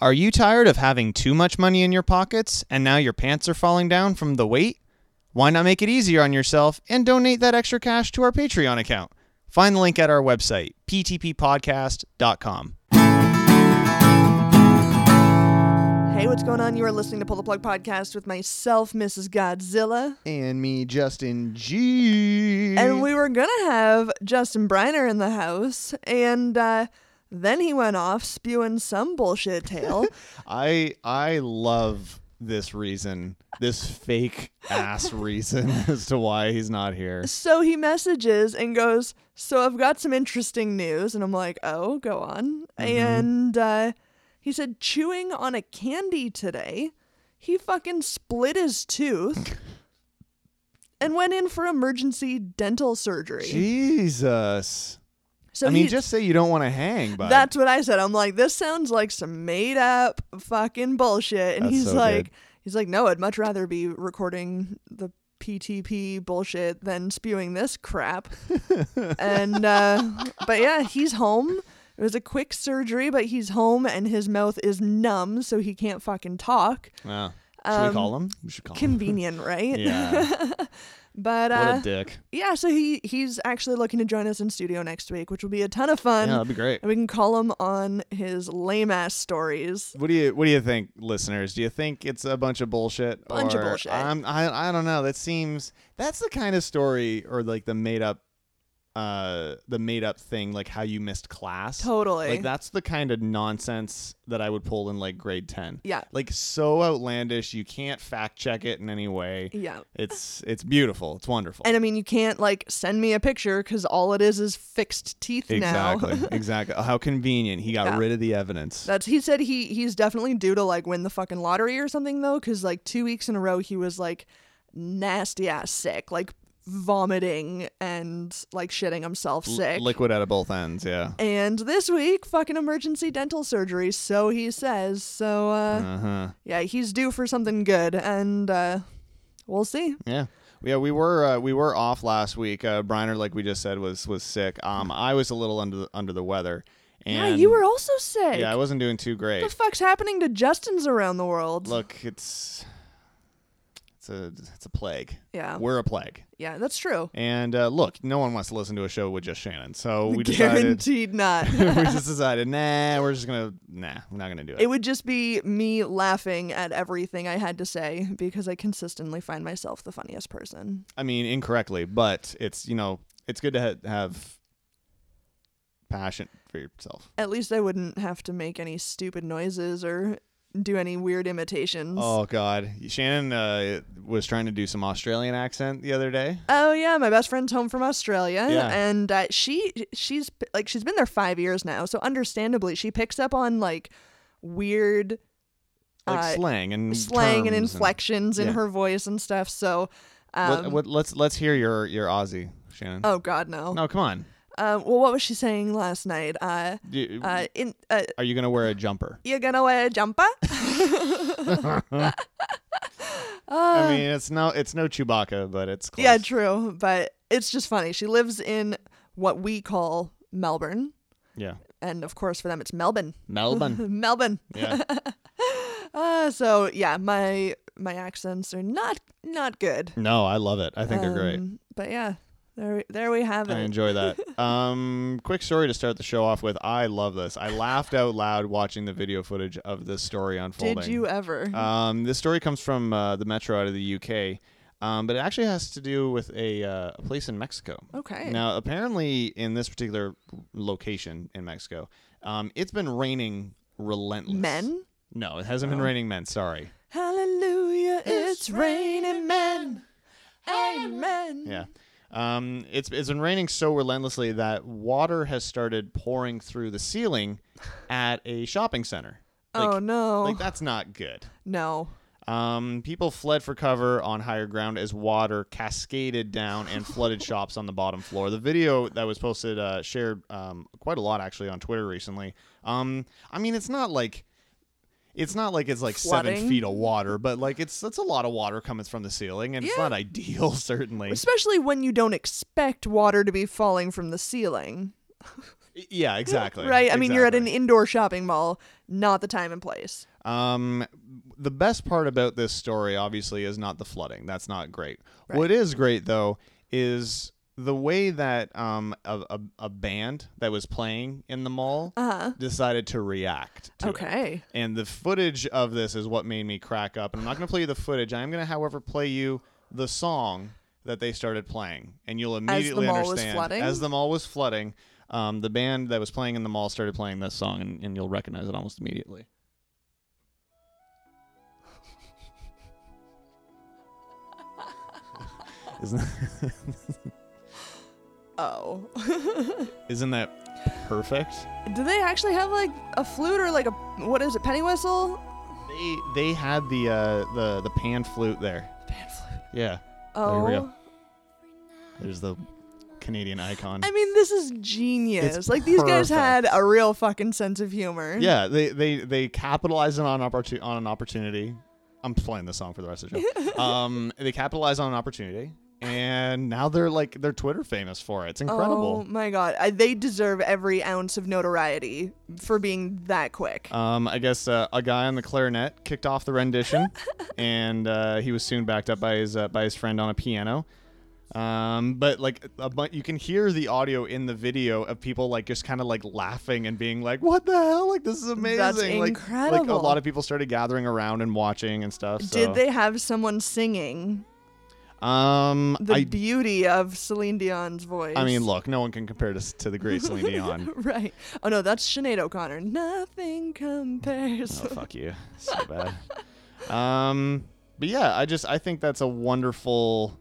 Are you tired of having too much money in your pockets and now your pants are falling down from the weight? Why not make it easier on yourself and donate that extra cash to our Patreon account? Find the link at our website, ptppodcast.com. Hey, what's going on? You are listening to Pull the Plug Podcast with myself, Mrs. Godzilla. And me, Justin G. And we were going to have Justin Briner in the house, and uh, then he went off spewing some bullshit tale. I I love this reason, this fake ass reason as to why he's not here. so he messages and goes, So I've got some interesting news. And I'm like, Oh, go on. Mm-hmm. And uh, he said, Chewing on a candy today. He fucking split his tooth and went in for emergency dental surgery. Jesus. so I mean, he- just say you don't want to hang, but That's what I said. I'm like, this sounds like some made up fucking bullshit. And That's he's so like, good. he's like, no, I'd much rather be recording the PTP bullshit than spewing this crap. and uh, but yeah, he's home. It was a quick surgery, but he's home and his mouth is numb, so he can't fucking talk. Wow. Should we call um, him? We should call him. Convenient, right? Yeah. But what uh, a dick. yeah, so he he's actually looking to join us in studio next week, which will be a ton of fun. Yeah, that'd be great. And we can call him on his lame ass stories. What do you What do you think, listeners? Do you think it's a bunch of bullshit? Bunch of or- bullshit. I'm, I I don't know. That seems that's the kind of story or like the made up, uh, the made up thing, like how you missed class. Totally. Like that's the kind of nonsense that I would pull in like grade ten. Yeah. Like so outlandish, you can't fact check it in any way. Yeah. It's it's beautiful. It's wonderful. And I mean, you can't like send me a picture because all it is is fixed teeth exactly. now. exactly. How convenient. He got Yeah. rid of the evidence. That's he said he he's definitely due to like win the fucking lottery or something though, because like two weeks in a row he was like nasty ass sick, like vomiting and like shitting himself sick. Liquid out of both ends. Yeah. and this week, fucking emergency dental surgery, so he says. So uh, Uh huh. yeah, he's due for something good, and uh, we'll see. Yeah. Yeah, we were uh, we were off last week. Uh, Briner, like we just said, was was sick. Um, I was a little under the, under the weather. And yeah, you were also sick. Yeah, I wasn't doing too What great. the fuck's happening to Justins around the world? Look, it's it's a it's a plague. Yeah. We're a plague. Yeah, that's true. And uh, look, no one wants to listen to a show with just Shannon. So we decided Guaranteed not. we just decided, nah, we're just gonna nah, we're not gonna do it. it would just be me laughing at everything I had to say because I consistently find myself the funniest person. I mean, incorrectly, but it's you know it's good to ha- have passion for yourself. At least I wouldn't have to make any stupid noises or do any weird imitations. Oh God, Shannon uh, was trying to do some Australian accent the other day. Oh, yeah, my best friend's home from Australia, Yeah. and uh, she she's p- like she's been there five years now, so understandably she picks up on like weird Like Uh, slang and slang and terms inflections in yeah. her voice and stuff. So, um, what, what, let's let's hear your your Aussie, Shannon. oh god, no. No, come on. Um, well, what was she saying last night? Uh, Do you- uh, in uh, are you gonna wear a jumper? you gonna wear a jumper? I mean, it's no it's no Chewbacca, but it's close. uh, yeah, true, but it's just funny. She lives in what we call Melbourne, yeah. and of course for them it's Melbourne, Melbourne. Melbourne. yeah, Uh, so yeah, my my accents are not not good. no, I love it. I think they're great. Um, But yeah, there we- there we have it. I enjoy that. Um, quick story to start the show off with. I love this. I laughed out loud watching the video footage of this story unfolding. Did you ever? Um, this story comes from uh, the Metro out of the UK, um, but it actually has to do with a, uh, a place in Mexico. Okay. Now, apparently, in this particular location in Mexico, um, it's been raining relentless. Men? Oh. No, it hasn't been raining men. Sorry. Hallelujah, it's raining men. Amen. Yeah. Um, it's, it's been raining so relentlessly that water has started pouring through the ceiling at a shopping center. Like, oh no. Like, that's not good. no. Um, people fled for cover on higher ground as water cascaded down and flooded shops on the bottom floor. The video that was posted uh, shared um, quite a lot actually on Twitter recently. Um, I mean, it's not like it's not like it's like seven Flooding? feet of water, but like it's that's a lot of water coming from the ceiling, and it's Yeah. not ideal certainly. Especially when you don't expect water to be falling from the ceiling. Yeah, exactly. right? I mean, you're at an exactly. indoor shopping mall, not the time and place. Um, the best part about this story, obviously, is not the flooding. That's not great. What is great, though, is the way that um, a, a, a band that was playing in the mall decided to react to it. Okay. And the footage of this is what made me crack up. And I'm not going to play you the footage. I'm going to, however, play you the song that they started playing. And you'll immediately mall was understand. flooding? As the mall was flooding, um, the band that was playing in the mall started playing this song, and, and you'll recognize it almost immediately. Isn't that, Oh. isn't that perfect? Do they actually have like a flute or like a what is it, penny whistle? They they had the uh, the the pan flute there. Pan flute. Yeah. There Oh. we go. There's the Canadian icon. I mean, this is genius. It's like these guys had perfect. a real fucking sense of humor. yeah, they they they capitalized on an opportunity on an opportunity. I'm playing this song for the rest of the show. um, they capitalized on an opportunity, and now they're like they're Twitter famous for it. It's Oh incredible. my god, I, they deserve every ounce of notoriety for being that quick. Um, I guess uh, a guy on the clarinet kicked off the rendition, and uh, he was soon backed up by his uh, by his friend on a piano. Um, but like a bu- you can hear the audio in the video of people like just kind of like laughing and being like, "What the hell? Like this is amazing!" Like- Like, a incredible. lot of people started gathering around and watching and stuff. So. Did they have someone singing Um, the I beauty of Celine Dion's voice? I mean, look, no one can compare this to the great Celine Dion. right. Oh no, that's Sinead O'Connor. Nothing compares. oh fuck you, so bad. Um, but yeah, I just I think that's a wonderful.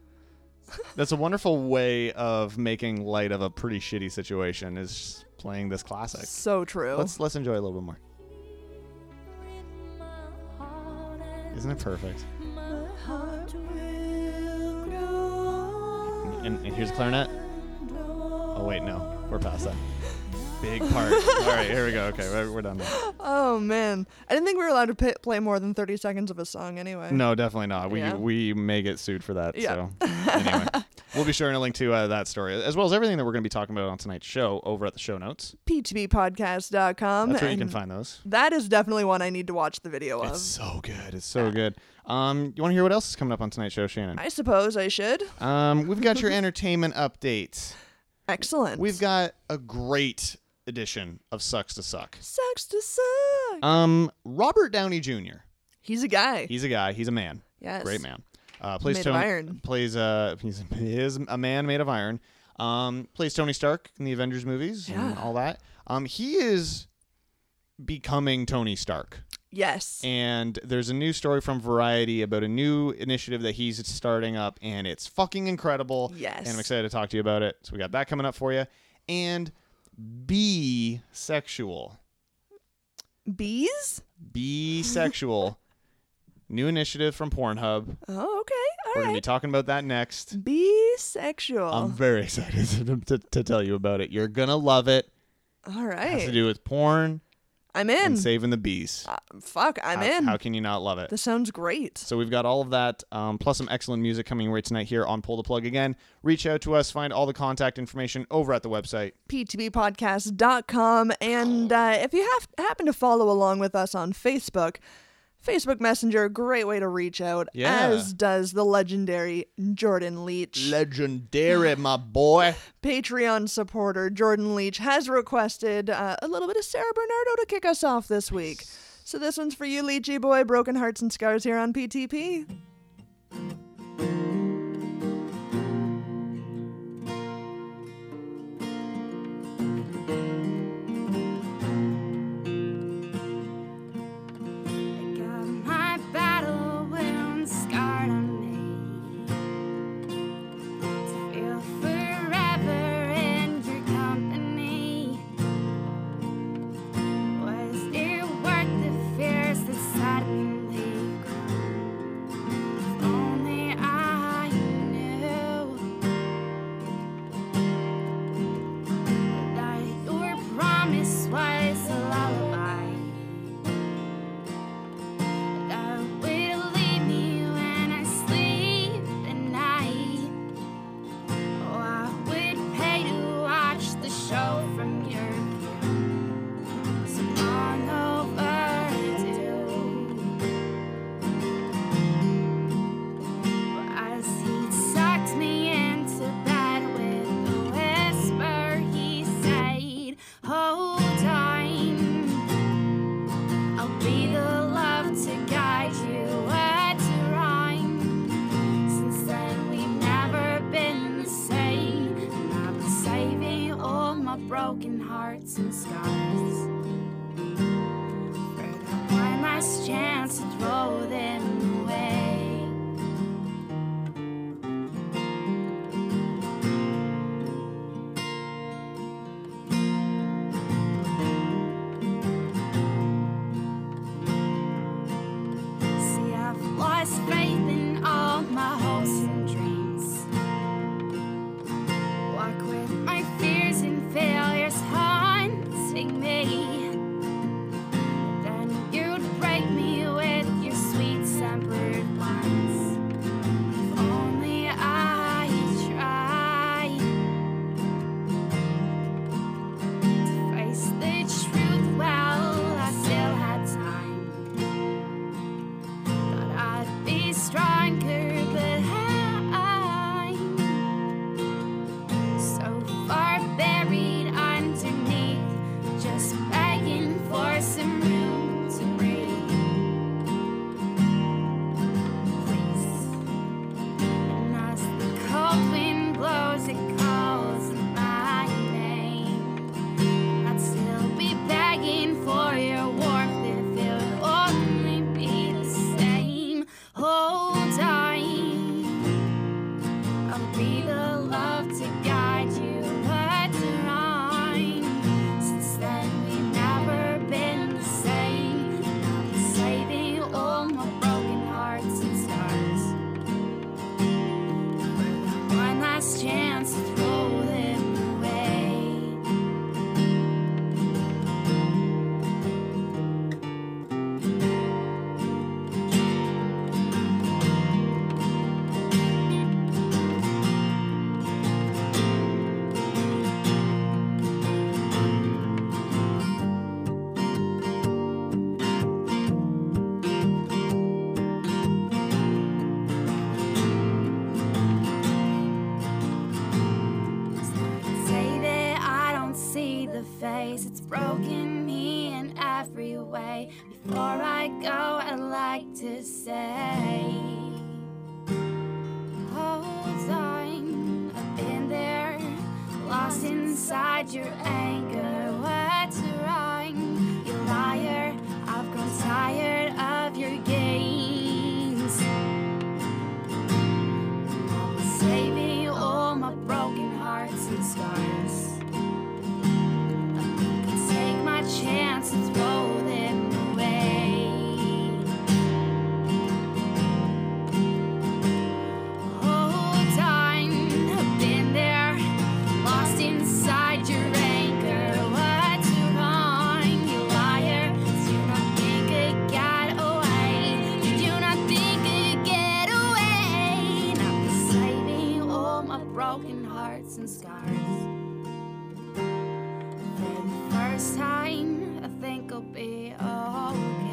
That's a wonderful way of making light of a pretty shitty situation is just playing this classic. so true. Let's let's enjoy a little bit more. Isn't it perfect? And, and here's the clarinet. Oh wait, no, we're past that. Big part. All right, here we go. Okay, we're, we're done. Now. Oh man, I didn't think we were allowed to p- play more than thirty seconds of a song anyway. No, definitely not. We Yeah. we may get sued for that. Yeah. So anyway, we'll be sharing a link to uh, that story as well as everything that we're going to be talking about on tonight's show over at the show notes. P2Bpodcast.com. That's where you can and find those. That is definitely one I need to watch the video of. It's so good. It's so good. Um, you want to hear what else is coming up on tonight's show, Shannon? I suppose I should. Um, we've got your entertainment updates. Excellent. We've got a great edition of Sucks to Suck. Sucks to suck. Um, Robert Downey Jr. He's a guy. He's a guy. He's a man. yes. Great man. Uh, plays Made of Tony, iron. Plays uh, he's, he is a man made of iron. Um, plays Tony Stark in the Avengers movies and Yeah. all that. Um, he is becoming Tony Stark. Yes. And there's a new story from Variety about a new initiative that he's starting up, and it's fucking incredible. Yes. And I'm excited to talk to you about it. So we got that coming up for you. And be sexual. Bees? Be sexual. new initiative from Pornhub. Oh, okay. We're All gonna be right. talking about that next. Bisexual. I'm very excited to, to, to tell you about it. You're gonna love it. All It has to right. do with porn I'm in. and saving the bees. Uh, fuck, I'm how, in. How can you not love it? this sounds great. So we've got all of that, um, plus some excellent music coming right tonight here on Pull the Plug. Again, reach out to us. Find all the contact information over at the website. p2bpodcast.com. And uh, if you have happen to follow along with us on Facebook, Facebook Messenger, great way to reach out, Yeah. as does the legendary Jordan Leach. Legendary, my boy. Patreon supporter Jordan Leach has requested uh, a little bit of Sarah Bernardo to kick us off this week. So this one's for you, Leachy boy. Broken hearts and scars here on PTP. I got my battle wounds scarred on me. To feel forever in your company. Was it worth the fears that suddenly grew? Oh, be the love to guide you where to rhyme. Since then, we've never been the same. And I've been saving all my broken hearts and scars. For that one last chance to throw them away. See, I've lost faith in all my hopes and dreams. Walk with my fears and failures haunting me. Then you'd break me with your sweet tempered lines. If only I tried to face the truth while I still had time. Thought I'd be stronger, but I'm so far buried underneath, just begging for some room to breathe. Please, and as the cold wind blows, it calls my name. I'd still be begging for your warmth if it would only be the same. Oh, Hold on, I'll be the love to guide you at time. Since then we've never been the same. I'll be saving all my broken hearts and scars for that one last chance to throw them away. Say that I don't see the face, it's broken me in every way. Before I go, I'd like to say, Hold on, I've been there, lost inside your anger. What's wrong, you liar? I've grown tired of your games. Saving all my broken hearts and scars. Take my chance and throw them away. Hold on, I've been there, lost inside your anger. What's wrong, you liar? Do not think I get away. You do not think I get away. Not saving all my broken hearts and scars. For the first time, I think I'll be okay.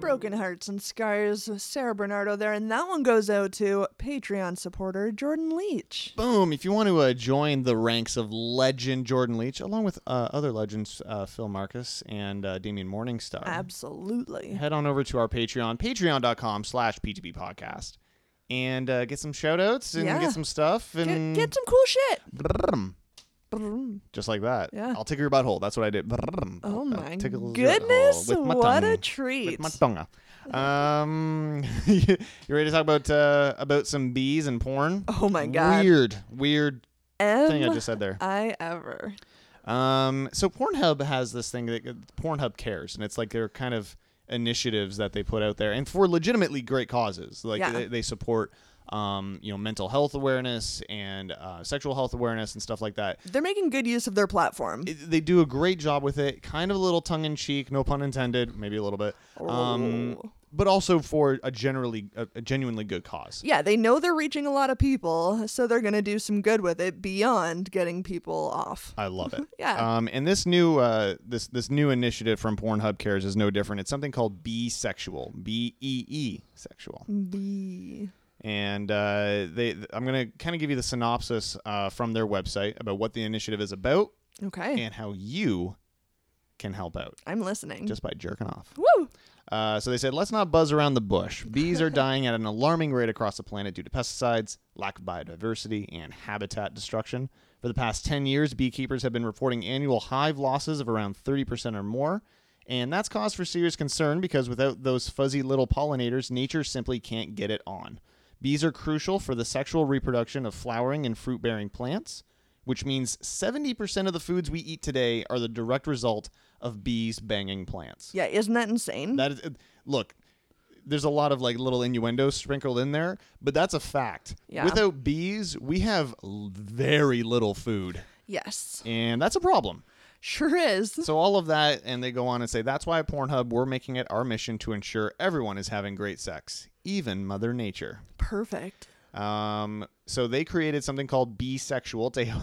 Broken Hearts and Scars, Sarah Bernardo there, and that one goes out to Patreon supporter Jordan Leach. Boom! If you want to uh, join the ranks of legend Jordan Leach, along with uh, other legends uh, Phil Marcus and uh, Damian Morningstar, Absolutely. head on over to our Patreon, patreon.com slash PTB podcast, and uh, get some shout outs and Yeah. get some stuff. Get, and get some cool shit. Brrrm. Brrm. Just like that. Yeah. I'll tickle your butthole. That's what I did. Brrrm. Oh That my tickles your goodness, hole with my what tongue. a With treat. my tongue. Um, you ready to talk about uh, about some bees and porn? Oh my God. Weird, weird thing I Am just said there. I ever. Um, so Pornhub has this thing that uh, Pornhub cares, and it's like their kind of initiatives that they put out there, and for legitimately great causes. Like Yeah. they, they support, um, you know, mental health awareness and uh, sexual health awareness and stuff like that. They're making good use of their platform. It- they do a great job with it, kind of a little tongue in cheek, no pun intended, maybe a little bit. Um, Oh. but also for a generally a, a genuinely good cause. Yeah, they know they're reaching a lot of people, so they're going to do some good with it beyond getting people off. I love it. Yeah. Um, and this new uh, this this new initiative from Pornhub Cares is no different. It's something called Be Sexual, B E E sexual. Mm. B. and uh, they th- I'm gonna kind of give you the synopsis uh, from their website about what the initiative is about Okay. and how you can help out I'm listening. just by jerking off. Woo! Uh, so they said, let's not buzz around the bush. Bees are dying at an alarming rate across the planet due to pesticides, lack of biodiversity, and habitat destruction. For the past 10 years, beekeepers have been reporting annual hive losses of around 30% or more. And that's cause for serious concern because without those fuzzy little pollinators, nature simply can't get it on. Bees are crucial for the sexual reproduction of flowering and fruit bearing plants, which means 70% of the foods we eat today are the direct result of bees banging plants. Yeah, isn't that insane? That is, uh, look. There's a lot of like little innuendos sprinkled in there, but that's a fact. Yeah. Without bees, we have l- very little food, yes. and that's a problem. Sure is. So all of that, and they go on and say that's why at Pornhub we're making it our mission to ensure everyone is having great sex, even Mother Nature. Perfect. Um, so they created something called B-sexual. It's a,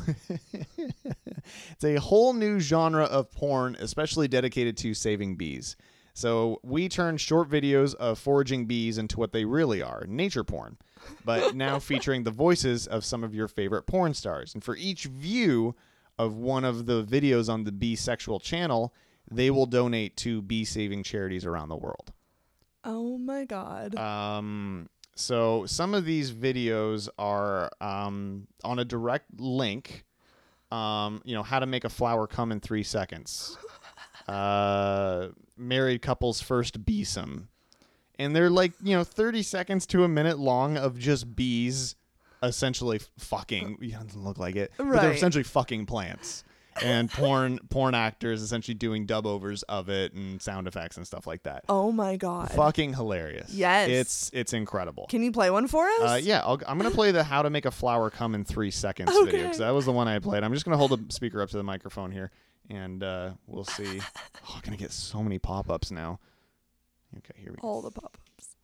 it's a whole new genre of porn, especially dedicated to saving bees. So we turn short videos of foraging bees into what they really are, nature porn, but now featuring the voices of some of your favorite porn stars. And for each view of one of the videos on the B-sexual channel, they will donate to bee-saving charities around the world. Oh my god. Um, so some of these videos are um, on a direct link. Um, you know how to make a flower come in three seconds. Uh, married couples first beesome, and they're like you know thirty seconds to a minute long of just bees, essentially f- fucking. It doesn't look like it, but they're Right. essentially fucking plants. And porn porn actors essentially doing dub overs of it and sound effects and stuff like that oh my god. fucking hilarious. Yes. it's it's incredible. Can you play one for us? uh, yeah, I'll, I'm gonna play the "How to Make a Flower Come in Three Seconds" video because Okay. that was the one I played. I'm just gonna hold the speaker up to the microphone here, and uh, we'll see. Oh, I'm gonna get so many pop-ups now. Okay, here we go. All the pop ups.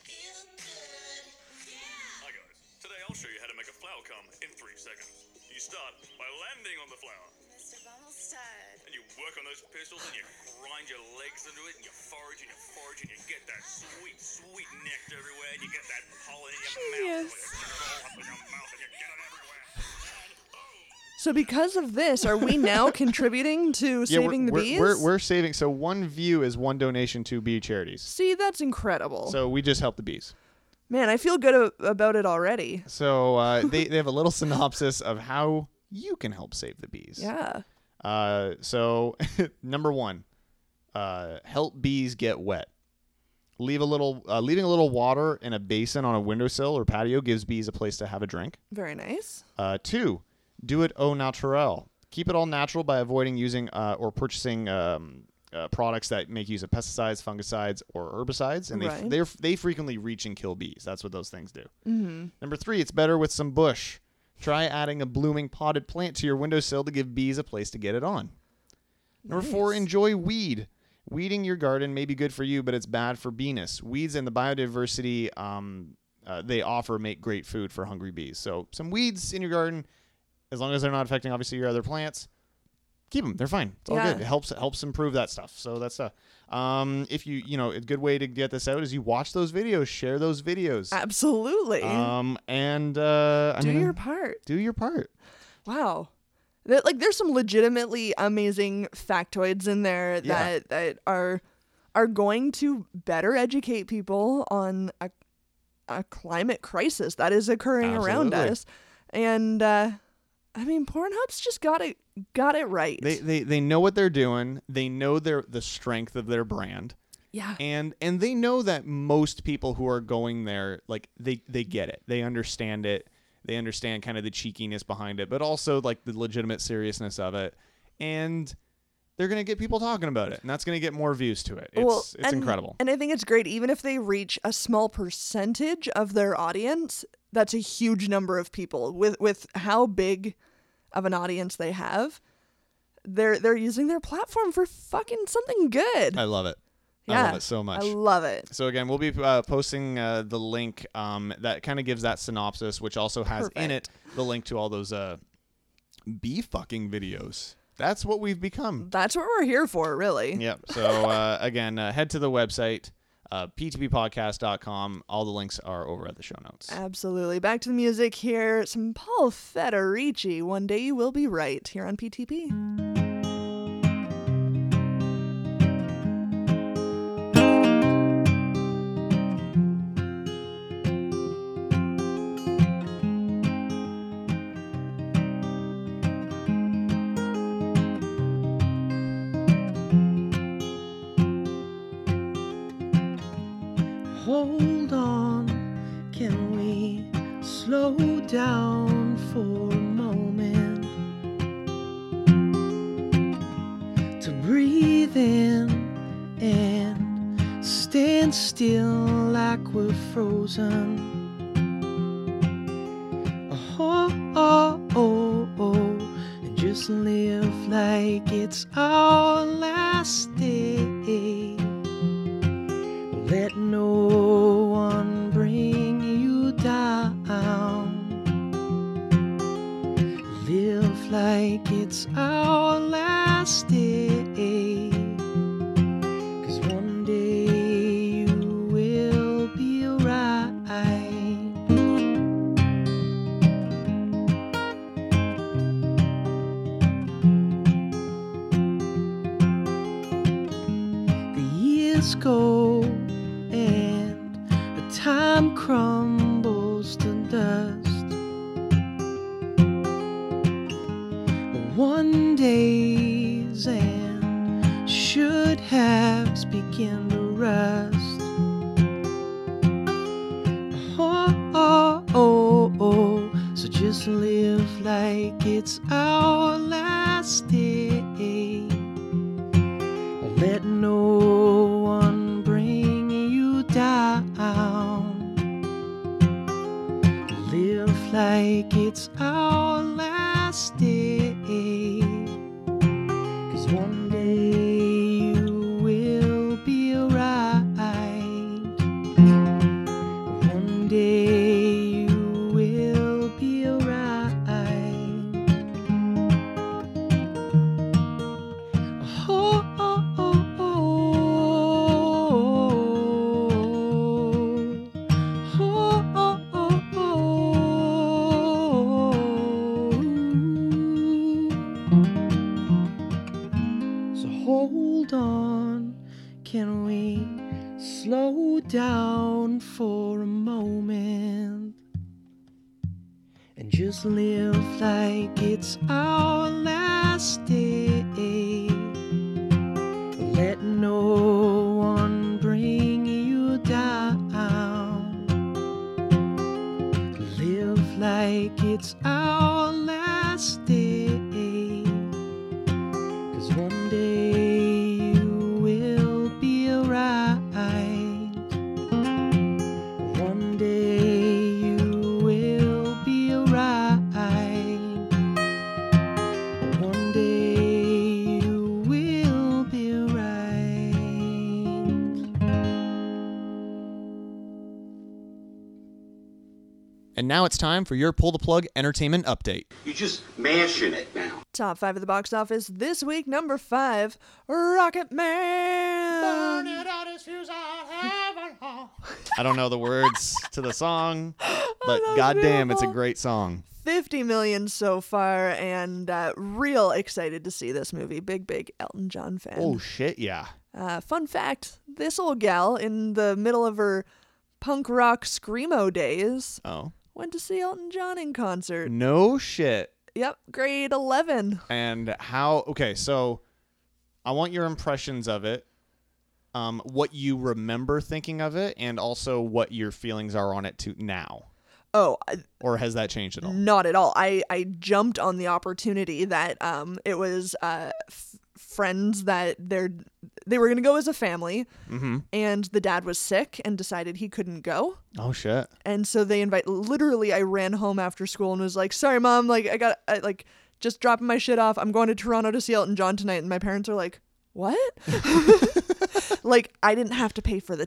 Hi guys. Today I'll show you how to make a flower come in three seconds. You start by landing on the flower, Mr. Bumblestud. and you work on those pistils, and you grind your legs into it, and you forage, and you forage, and you get that sweet, sweet nectar everywhere, and you get that pollen in your Genius. mouth, and you get it all up in your mouth, and you get it everywhere. And boom! So because of this, are we now contributing to Yeah, we're- saving the we're, bees? We're, we're saving. So one view is one donation to bee charities. See, that's incredible. So we just help the bees. Man, I feel good a- about it already. So uh, they they have a little synopsis of how you can help save the bees. Yeah. Uh, so number one, uh, help bees get wet. Leave a little, uh, leaving a little water in a basin on a windowsill or patio gives bees a place to have a drink. Very nice. Uh, two, do it au naturel. Keep it all natural by avoiding using uh, or purchasing um, uh, products that make use of pesticides, fungicides, or herbicides, and Right. they they they frequently reach and kill bees. That's what those things do. Mm-hmm. Number three, it's better with some bush. Try adding a blooming potted plant to your windowsill to give bees a place to get it on. Number four, enjoy weed. Weeding your garden may be good for you, but it's bad for Venus. Weeds and the biodiversity um, uh, they offer make great food for hungry bees. So some weeds in your garden, as long as they're not affecting obviously your other plants, keep them. They're fine. It's all Yeah. good. It helps it helps improve that stuff. So that's uh, um, if you you know a good way to get this out is you watch those videos, share those videos, Absolutely. um, and uh, I Do mean, your part. do your part. Wow. That like there's some legitimately amazing factoids in there Yeah. that that are are going to better educate people on a a climate crisis that is occurring around Absolutely. us. And uh I mean Pornhub's just got it got it right. They, they they know what they're doing. They know their the strength of their brand. yeah. and and they know that most people who are going there like they they get it they understand it they understand kind of the cheekiness behind it but also like the legitimate seriousness of it and they're gonna get people talking about it and that's gonna get more views to it it's it's and, incredible And I think it's great even if they reach a small percentage of their audience, that's a huge number of people with with how big of an audience they have. They're they're using their platform for fucking something good. i love it I Yeah. love it so much. I love it. So again, we'll be uh, posting uh, the link um, that kind of gives that synopsis, which also has in it Perfect. the link to all those uh, bee fucking videos. That's what we've become. That's what we're here for, really. Yep. So uh, again, uh, head to the website, uh, ptbpodcast.com. All the links are over at the show notes. Absolutely. Back to the music here. Some Paul Federici. One day you will be right here on PTP. Hold on, can we slow down for a moment to breathe in and stand still like we're frozen? Oh, oh, oh, oh, and just live like it's our last day. Let no one bring you down. Live like it's our last day. Cause one day you will be right. the years go and the time crumbles to dust. But one days and should haves begin to rust. Oh, oh, oh, oh. So just live like it's our last day. Let no one bring you down. Live like it's our last day. Cause one day you will be right. One day you will be right. Oh, oh, oh, oh. Oh, oh, oh, oh. So hold on, can we slow down for a moment? and just live like it's our last day. Let no one bring you down. Live like it's our last day. Cause one day you will be right. One day you will be right. One day you will be right. And now it's time for your pull the plug entertainment update. You just mashing it now. Top five of the box office this week, number five, Rocket Man. I don't know the words to the song, but that was goddamn, it's a beautiful. great song. 50 million so far, and uh, real excited to see this movie. Big, big Elton John fan. Oh shit, yeah. Uh, fun fact this old gal, in the middle of her punk rock screamo days, Oh. went to see Elton John in concert. No shit. Yep, grade 11. and how okay so i want your impressions of it um what you remember thinking of it and also what your feelings are on it to now Oh, I- or has that changed at all Not at all. I, I jumped on the opportunity that um it was uh f- friends that they're they were gonna go as a family, mm-hmm and the dad was sick and decided he couldn't go, oh shit and so they invite. Literally, I ran home after school and was like, "Sorry, mom, like I got I, like just dropping my shit off. I'm going to Toronto to see Elton John tonight," and my parents are like, "What?" Like I didn't have to pay for the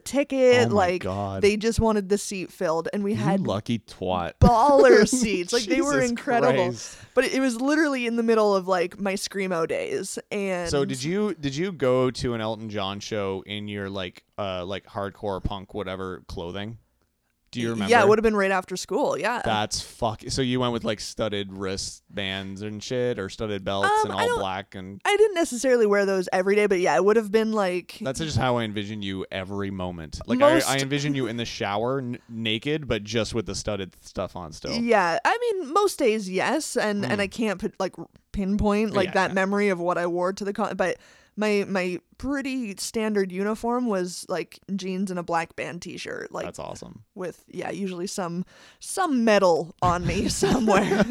Oh ticket. my like God. they just wanted the seat filled, and we You had lucky twat. baller seats. Like they were Jesus incredible. Christ. But it was literally in the middle of like my screamo days. And So did you did you go to an Elton John show in your like uh like hardcore punk whatever clothing? Do you remember? Yeah, it uh, would have been right after school. Yeah. That's fuck. So you went with like studded wristbands and shit, or studded belts Um, and I all don't- black, and I didn't necessarily wear those every day, but yeah, it would have been like that's just how I envision you every moment. Like Most- I, I envision you in the shower n- naked, but just with the studded stuff on still. Yeah, I mean, most days, yes, and and I can't put, like pinpoint like Mm. Yeah, that yeah. memory of what I wore to the con, but my my pretty standard uniform was like jeans and a black band T-shirt, like That's awesome. with yeah, usually some some metal on me somewhere,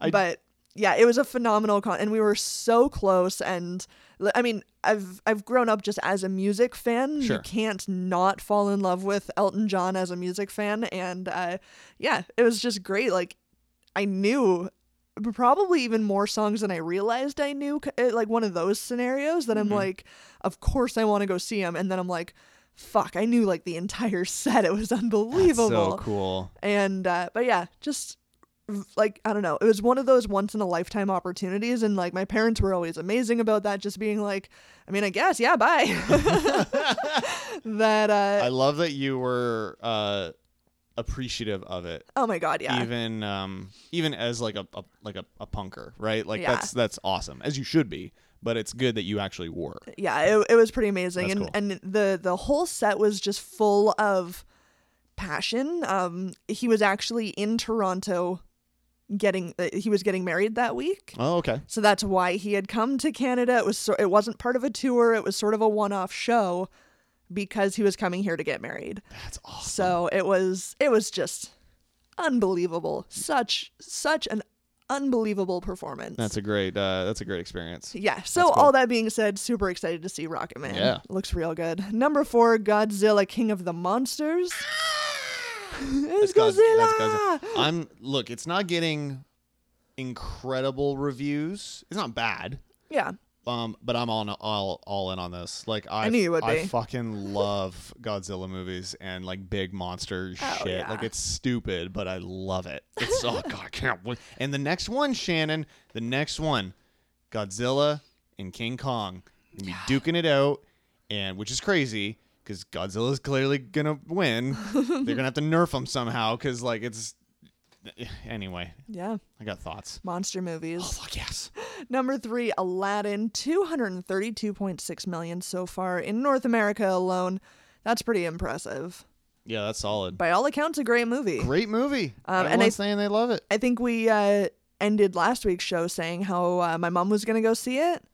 I- but. Yeah, it was a phenomenal con, and we were so close. And l- I mean, I've I've grown up just as a music fan. Sure. You can't not fall in love with Elton John as a music fan, and uh, yeah, it was just great. Like I knew probably even more songs than I realized I knew. c- uh, Like one of those scenarios Mm-hmm. that I'm like, of course I want to go see him, and then I'm like, fuck, I knew like the entire set. It was That's unbelievable. so cool. And uh, but yeah, just v- like I don't know, it was one of those once in a lifetime opportunities, and like my parents were always amazing about that. Just being like, I mean, I guess yeah, bye. that uh, I love that you were uh appreciative of it. oh my god, yeah. even um even as like a, a like a, a punker right like Yeah. that's that's awesome as you should be but it's good that you actually were yeah it, it was pretty amazing That's and cool. and the the whole set was just full of passion um he was actually in toronto getting uh, he was getting married that week oh okay so that's why he had come to canada it was so, it wasn't part of a tour it was sort of a one-off show because he was coming here to get married that's awesome so it was it was just unbelievable such such an unbelievable performance that's a great uh that's a great experience yeah. So That's cool. all that being said, super excited to see Rocket Man. Yeah. Looks real good. Number four, Godzilla, King of the Monsters. it's Goz- Godzilla. Ah! that's Godzilla. i'm look it's not getting incredible reviews it's not bad Yeah. um but i'm on all all in on this like i, knew you would I be. fucking love godzilla movies and like big monster Oh, shit yeah. like it's stupid but i love it it's oh god i can't wait and the next one shannon the next one godzilla and king kong gonna be duking it out and which is crazy because godzilla's clearly gonna win they're gonna have to nerf him somehow because like it's anyway Yeah. i got thoughts Monster movies. fuck yes Number three, Aladdin, 232.6 million so far in North America alone. That's pretty impressive. yeah that's solid By all accounts, a great movie. Great movie. Um, and I- Everyone's saying they love it. I think we uh, ended last week's show saying how uh, my mom was gonna go see it.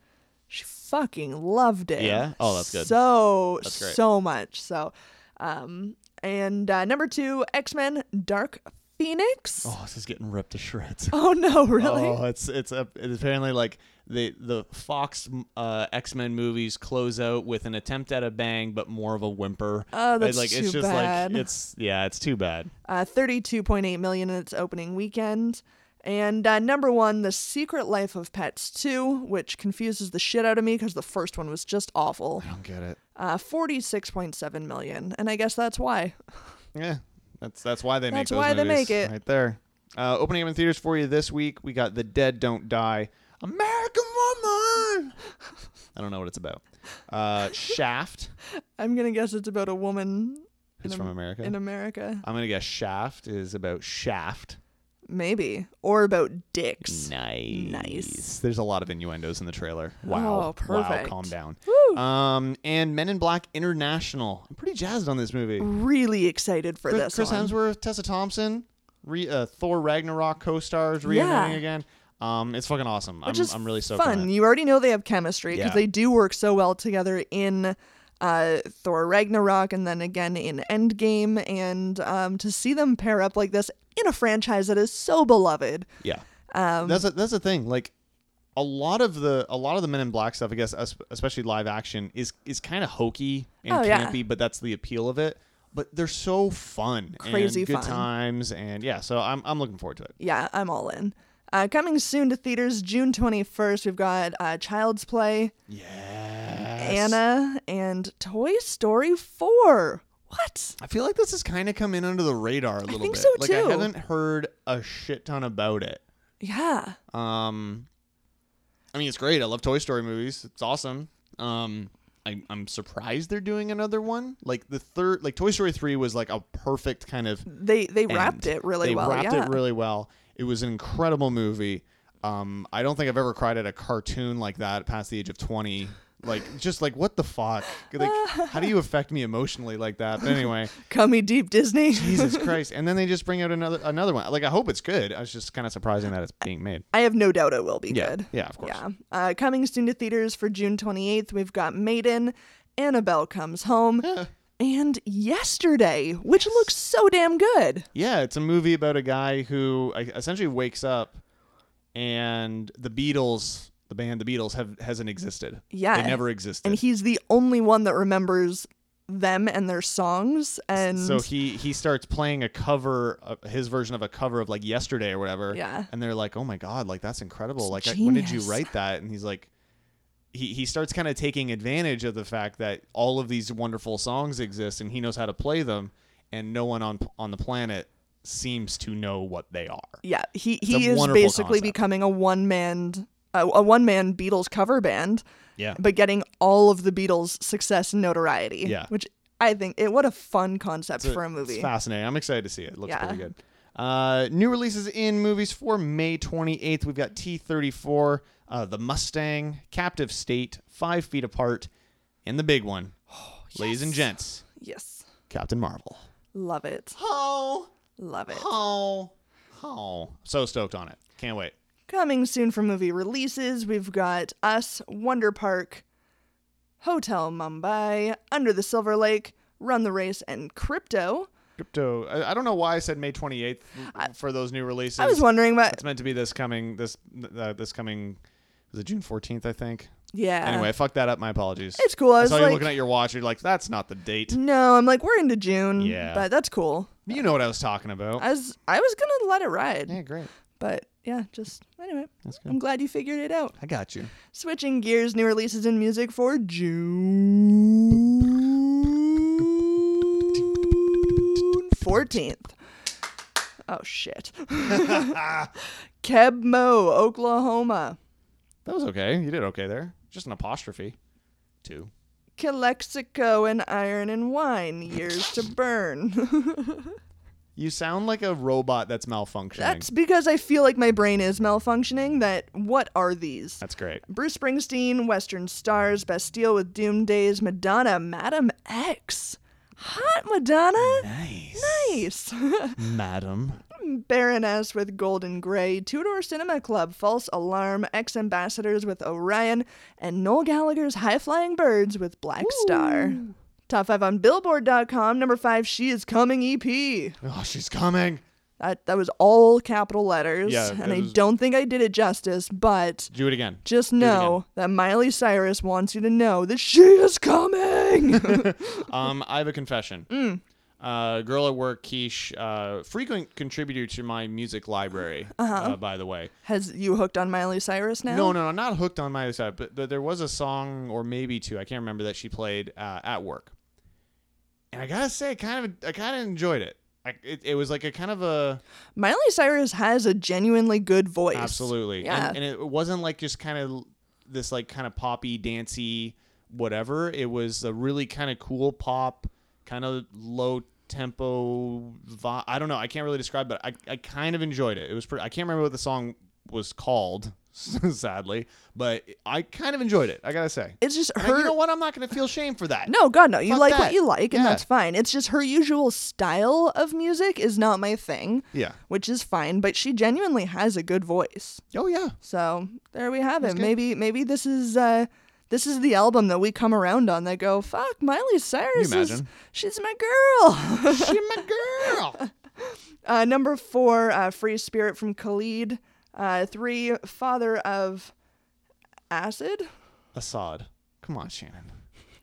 She fucking loved it. Yeah? Oh, that's good. So That's great. so much. So, um, and uh, number two, X Men: Dark Phoenix. Oh. Oh, this is getting ripped to shreds. no, really? Oh, it's it's, a, it's apparently like the the Fox uh, X Men movies close out with an attempt at a bang, but more of a whimper. Oh, that's It's like too it's just bad. like it's yeah, it's too bad. Uh, Thirty-two point eight million in its opening weekend. And uh, number one, The Secret Life of Pets 2, which confuses the shit out of me because the first one was just awful. I don't get it. Uh, 46.7 million. And I guess that's why. Yeah, that's that's why they make That's those why they movies make it. right there. Uh, opening up in theaters for you this week. We got The Dead Don't Die, American Woman. I don't know what it's about. Uh, Shaft. I'm gonna guess it's about a woman Who's in from Am- America? in America, I'm gonna guess Shaft is about Shaft. maybe, or about dicks. Nice. Nice. There's a lot of innuendos in the trailer. Wow. Oh, perfect. Wow, calm down. Woo. Um, and Men in Black International. I'm pretty jazzed on this movie. Really excited for Chris, this Chris one. Hemsworth, Tessa Thompson, re, uh, Thor Ragnarok co-stars reuniting Yeah. again. Um, it's fucking awesome. Which I'm, is I'm really stoked fun. on it. You already know they have chemistry because Yeah. they do work so well together in uh, Thor Ragnarok and then again in Endgame, and um, to see them pair up like this in a franchise that is so beloved. Yeah. Um, that's a, that's the thing. Like a lot of the a lot of the Men in Black stuff, I guess, es- especially live action, is is kind of hokey and Oh, yeah. campy, but that's the appeal of it. But they're so fun, Crazy and good fun. times, and yeah. So I'm I'm looking forward to it. yeah, I'm all in. Uh, coming soon to theaters June 21st, we've got uh, Child's Play. Yeah. Anna and Toy Story 4. What? I feel like this has kind of come in under the radar a little think bit. so, like too. I haven't heard a shit ton about it. Yeah. Um, I mean, it's great. I love Toy Story movies. It's awesome. Um, I, I'm surprised they're doing another one. Like the third, like Toy Story three was like a perfect kind of They they end. wrapped it really They well. wrapped yeah. it really well. It was an incredible movie. Um, I don't think I've ever cried at a cartoon like that past the age of twenty. Like, just like what the fuck? Like, how do you affect me emotionally like that? But anyway, Come me deep Disney. Jesus Christ! And then they just bring out another another one. Like, I hope it's good. I was just kind of surprising that it's being made. I have no doubt it will be Yeah. good. Yeah, of course. Yeah. Uh, coming soon to theaters for June 28th, we've got Maiden, Annabelle Comes Home, and Yesterday, which looks so damn good. Yeah, it's a movie about a guy who like, essentially wakes up, and the Beatles, the band, the Beatles, have hasn't existed. Yeah. they never existed. Uh, And he's the only one that remembers them and their songs. And so he he starts playing a cover, uh, his version of a cover of like Yesterday or whatever. Yeah. and they're like, oh my god, like that's incredible. It's like I, when did you genius. write that? And he's like. He, he starts kind of taking advantage of the fact that all of these wonderful songs exist and he knows how to play them and no one on on the planet seems to know what they are. yeah, he, a he is wonderful basically concept. becoming a one man a, a one man Beatles cover band, Yeah. but getting all of the Beatles' success and notoriety. Yeah. which I think it what a fun concept for a It's movie. fascinating. I'm excited to see it. It looks Yeah. pretty good. Uh, new releases in movies for May 28th. We've got T34, uh, The Mustang, Captive State, Five Feet Apart, and the big one, Oh, ladies and gents, Yes, Captain Marvel. love it, Oh, love it. oh, oh! So stoked on it. Can't wait. Coming soon for movie releases, we've got Us, Wonder Park, Hotel Mumbai, Under the Silver Lake, Run the Race, and Crypto. Crypto. I, I don't know why I said May 28th for those new releases. I was wondering about It's meant to be this coming this uh, this coming. Was it June 14th? I think. yeah. Anyway, I fucked that up. My apologies. It's cool. I was saw you like- Mm. looking at your watch. You're like, that's not the date. No, I'm like we're into June. Yeah. but that's cool. You know what I was talking about. I was I was gonna let it ride, yeah, great. but yeah, just anyway. I'm glad you figured it out. I got you. Switching gears, new releases in music for June 14th. Oh, shit. Keb Mo, Oklahoma. That was okay. You did okay there. Just an apostrophe. Two. Calexico and Iron and Wine, Years to Burn. You sound like a robot that's malfunctioning. That's because I feel like my brain is malfunctioning. That what are these? That's great. Bruce Springsteen, Western Stars, Bastille with Doom Days, Madonna, Madam X. Hot Madonna? Nice. Nice. Madam. Baroness with Golden Grey, Tudor Cinema Club, False Alarm, Ex Ambassadors with Orion, and Noel Gallagher's High Flying Birds with Black Star. Top 5 on Billboard.com, number 5, She Is Coming EP. Oh, she's coming. That, that was all capital letters, Yeah, and it I was- don't think I did it justice, but Do it again. just know that Miley Cyrus wants you to know that she is coming. Um, I have a confession. Mm. Uh, girl at work, Keish, uh, frequent contributor to my music library, Uh-huh. uh, by the way. Has you hooked on Miley Cyrus now? No, no, no, not hooked on my side, but, but there was a song or maybe two, I can't remember that she played uh, at work, and I gotta say, kind of, I kind of enjoyed it. I, it. It was like a kind of a Miley Cyrus has a genuinely good voice. absolutely, Yeah. and, and it wasn't like just kind of this like kind of poppy, dancey, whatever. It was a really kind of cool pop, kind of low tempo. Vi- I don't know, I can't really describe, but I, I kind of enjoyed it. It was pretty. I can't remember what the song was called. Sadly, but I kind of enjoyed it. I gotta say, It's just and her. you know what? I'm not going to feel shame for that. no, God, no. You Fuck like what that. you like, and Yeah. that's fine. It's just her usual style of music is not my thing. Yeah. Which is fine, but she genuinely has a good voice. Oh yeah. So there we have it. good. Maybe maybe this is uh this is the album that we come around on that go, fuck, Miley Cyrus is imagine? she's my girl. She's my girl. Uh, number four, uh, Free Spirit from Khalid. Uh, three, Father of Acid. Assad, come on, Shannon.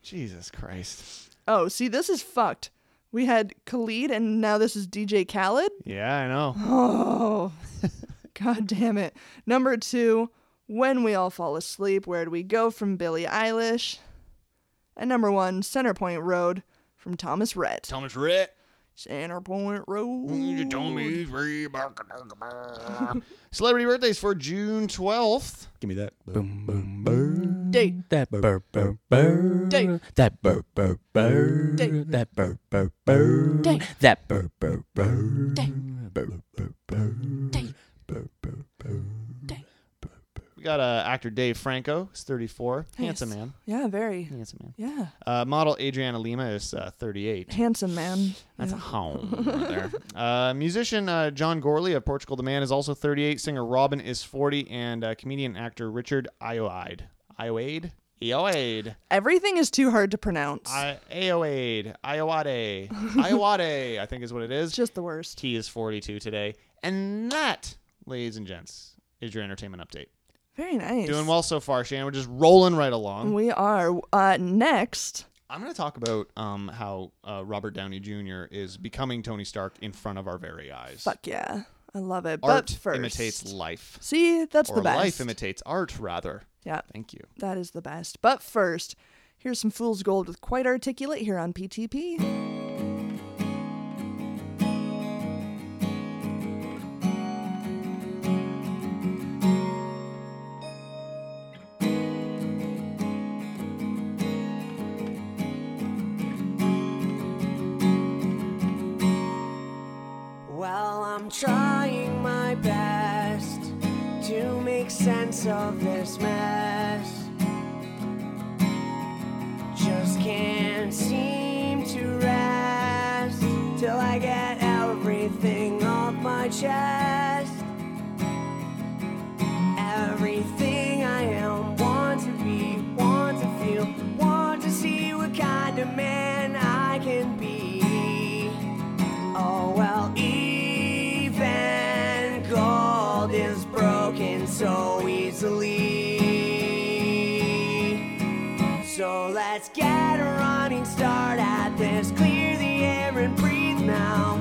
Jesus Christ. Oh, see, this is fucked. We had Khalid, and now this is DJ Khaled. Yeah, I know. Oh, god damn it. Number two, When We All Fall Asleep, Where'd We Go from Billie Eilish. And number one, Centerpoint Road from Thomas Rhett. Thomas Rhett. Centerpoint Road. You told me he's free. Celebrity birthdays for June 12th. Give me that. Boom, boom, boom. Day. That burr, burr, burr. Day. That burr, burr, burr. Day. That burr, burr, burr. Day. That burr, burr, burr. Day. Burr, burr, burr. Day. Burr, burr, burr. We got uh, actor Dave Franco. He's 34. Handsome Yes. man. Yeah, very. Handsome man. Yeah. Uh, model Adriana Lima is uh, 38. Handsome man. That's a home right there. Uh, musician uh, John Gorley of Portugal the Man is also 38. Singer Robin is 40. And uh, comedian actor Richard Ioade. Ioade? Ioade. Everything is too hard to pronounce. I- Aoade. Ioade. Ioade, I think is what it is. it's just the worst. He is 42 today. And that, ladies and gents, is your entertainment update. Very nice. Doing well so far, Shannon. We're just rolling right along. We are. Uh, next. I'm going to talk about um, how uh, Robert Downey Jr. is becoming Tony Stark in front of our very eyes. Fuck yeah. I love art it. but first. imitates life, See, that's or the best. life imitates art, rather. yeah, Thank you. that is the best. But first, here's some Fool's Gold with Quite Articulate here on PTP. Well, I'm trying my best to make sense of this mess. Just can't seem to rest till I get everything off my chest. Everything I am, want to be, want to feel, want to see what kind of man I can be. Oh well, even gold is broken so easily. So let's get a running start at this. Clear the air and breathe now.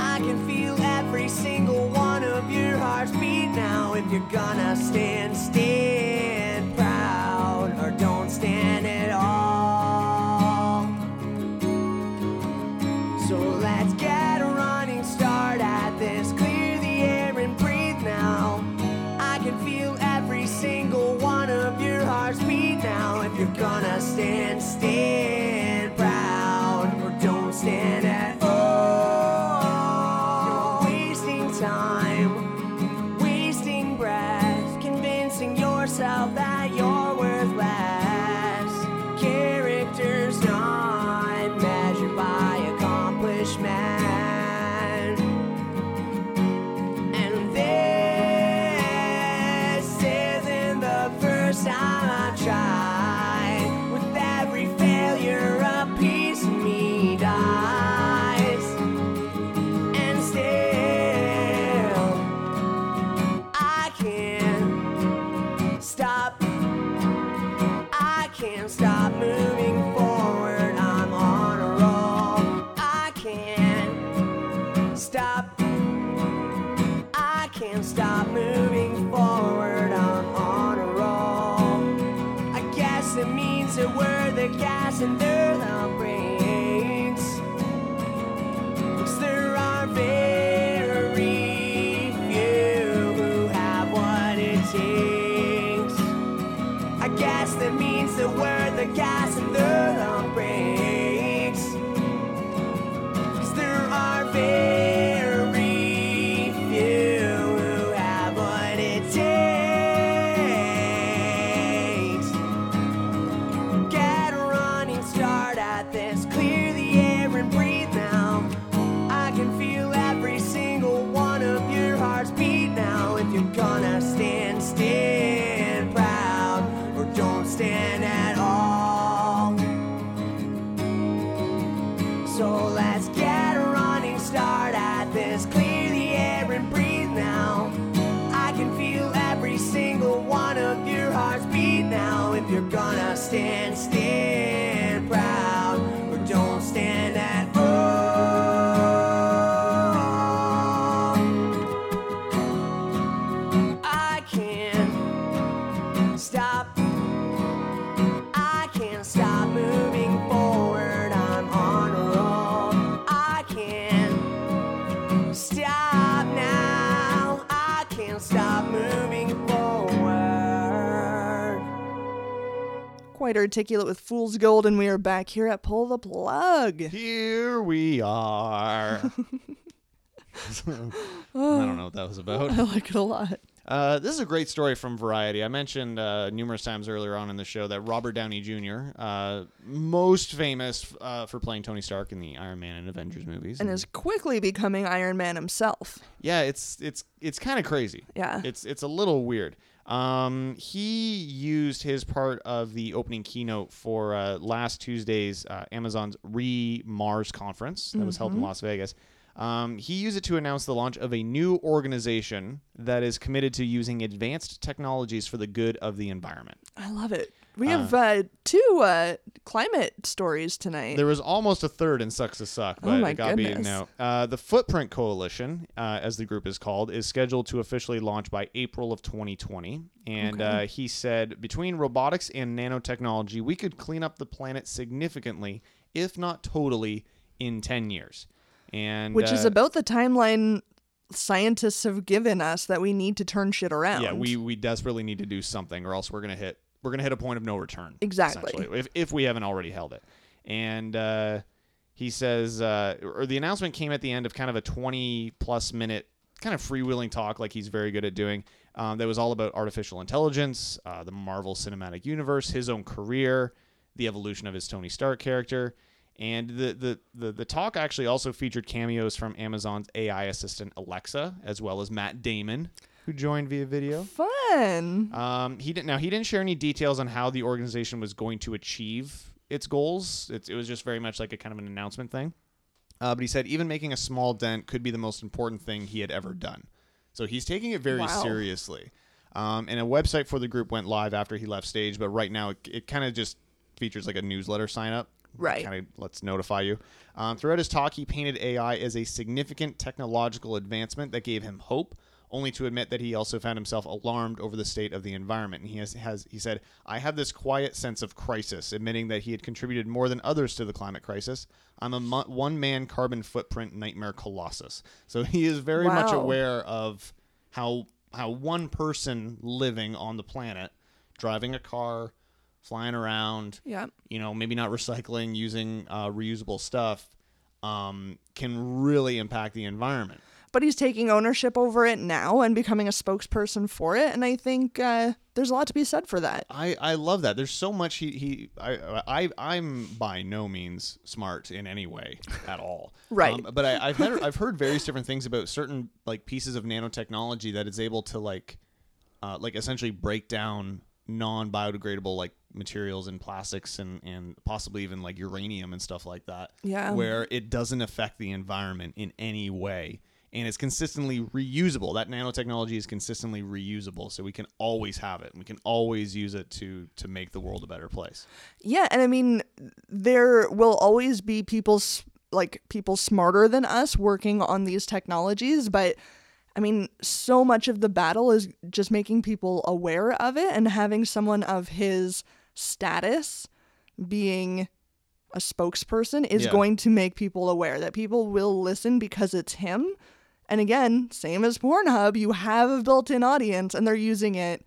I can feel every single one of your hearts beat now. If you're gonna stand, stand proud, or don't stand at all. So let's get a running start at this. Clear the air and breathe now. I can feel every single one of your hearts beat now. If you're gonna stand, stand proud, or don't stand at all. You're wasting time, wasting breath, convincing yourself that you're worth less. Characters not measured by accomplishment. And this isn't the first time I've tried. With every failure, a piece of me dies. And still, I can't stop. I can't stop moving forward. I'm on a roll. I can't stop. I can't stop moving forward. I'm on a roll. I guess it means that we're the gas and they're the brains. 'Cause there are very few who have what it takes. I guess that means that we're the gas and they're the brakes. 'Cause there are very few who have what it takes. Get a running start at this. Clear the air and breathe now. I can feel every single one of your hearts beat now. If you're gonna stand, stand proud, or don't stand at all. So let's get a running start at this. Clear the air and breathe now. I can feel every single one of your hearts beat now. If you're gonna stand, stand proud, or don't stand at all. I can't stop. I can't stop moving quite articulate with fool's gold, and we are back here at Pull the Plug. Here we are. I don't know what that was about. I like it a lot. Uh, this is a great story from Variety. I mentioned uh, numerous times earlier on in the show that Robert Downey Jr., uh, most famous uh, for playing Tony Stark in the Iron Man and Avengers movies, And is quickly becoming Iron Man himself. yeah, it's it's it's kind of crazy. Yeah. it's it's a little weird. Um, he used his part of the opening keynote for uh, last Tuesday's uh, Amazon's Re Mars conference that was held in Las Vegas. Um, he used it to announce the launch of a new organization that is committed to using advanced technologies for the good of the environment. I love it. We have uh, two uh, climate stories tonight. There was almost a third in Sucks to Suck, but Oh my it got beaten goodness. out. Uh, the Footprint Coalition, uh, as the group is called, is scheduled to officially launch by April of 2020. And uh, he said, between robotics and nanotechnology, we could clean up the planet significantly, if not totally, in 10 years. And which is uh, about the timeline scientists have given us that we need to turn shit around. yeah, we we desperately need to do something, or else we're gonna hit we're gonna hit a point of no return. Exactly. essentially, If if we haven't already held it, and uh, he says, uh, or the announcement came at the end of kind of a twenty plus minute kind of freewheeling talk, like he's very good at doing. Um, that was all about artificial intelligence, uh, the Marvel Cinematic Universe, his own career, the evolution of his Tony Stark character. And the, the, the, the talk actually also featured cameos from Amazon's AI assistant Alexa, as well as Matt Damon, who joined via video. fun. Um, he didn't. Now he didn't share any details on how the organization was going to achieve its goals. It's, it was just very much like a kind of an announcement thing. Uh, but he said even making a small dent could be the most important thing he had ever done. So he's taking it very Wow. seriously. Um, and a website for the group went live after he left stage, but right now it, it kind of just features like a newsletter sign up. Right. Kind of lets notify you. Um, throughout his talk, he painted AI as a significant technological advancement that gave him hope, only to admit that he also found himself alarmed over the state of the environment. And he has, has he said, "I have this quiet sense of crisis, admitting that he had contributed more than others to the climate crisis. I'm a mo- one-man carbon footprint nightmare colossus." So he is very much Wow. aware of how how one person living on the planet, driving a car, flying around, Yeah. you know, maybe not recycling, using uh, reusable stuff, um, can really impact the environment. But he's taking ownership over it now and becoming a spokesperson for it. And I think uh, there's a lot to be said for that. I, I love that. There's so much he, he I, I I'm by no means smart in any way at all. Um, Right. but I, I've had I've heard various different things about certain like pieces of nanotechnology that is able to like uh, like essentially break down non biodegradable like materials and plastics and and possibly even like uranium and stuff like that. Yeah. Where it doesn't affect the environment in any way. And it's consistently reusable. That nanotechnology is consistently reusable, so we can always have it. and We can always use it to to make the world a better place. Yeah, and I mean, there will always be people s- like people smarter than us working on these technologies, but I mean, so much of the battle is just making people aware of it and having someone of his status being a spokesperson is Yeah. going to make people aware that people will listen because it's him. And again, same as Pornhub, you have a built-in audience and they're using it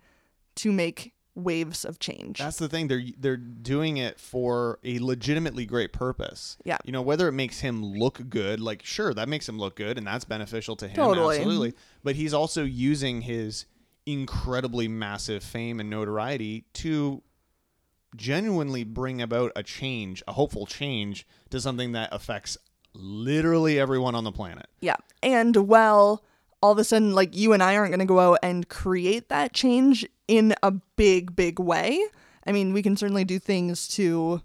to make waves of change. That's the thing. They're they're doing it for a legitimately great purpose. Yeah. You know, whether it makes him look good, like sure, that makes him look good and that's beneficial to him. Totally. Absolutely. But he's also using his incredibly massive fame and notoriety to genuinely bring about a change, a hopeful change to something that affects literally everyone on the planet. Yeah. And while all of a sudden, like you and I aren't going to go out and create that change in a big, big way. I mean, we can certainly do things to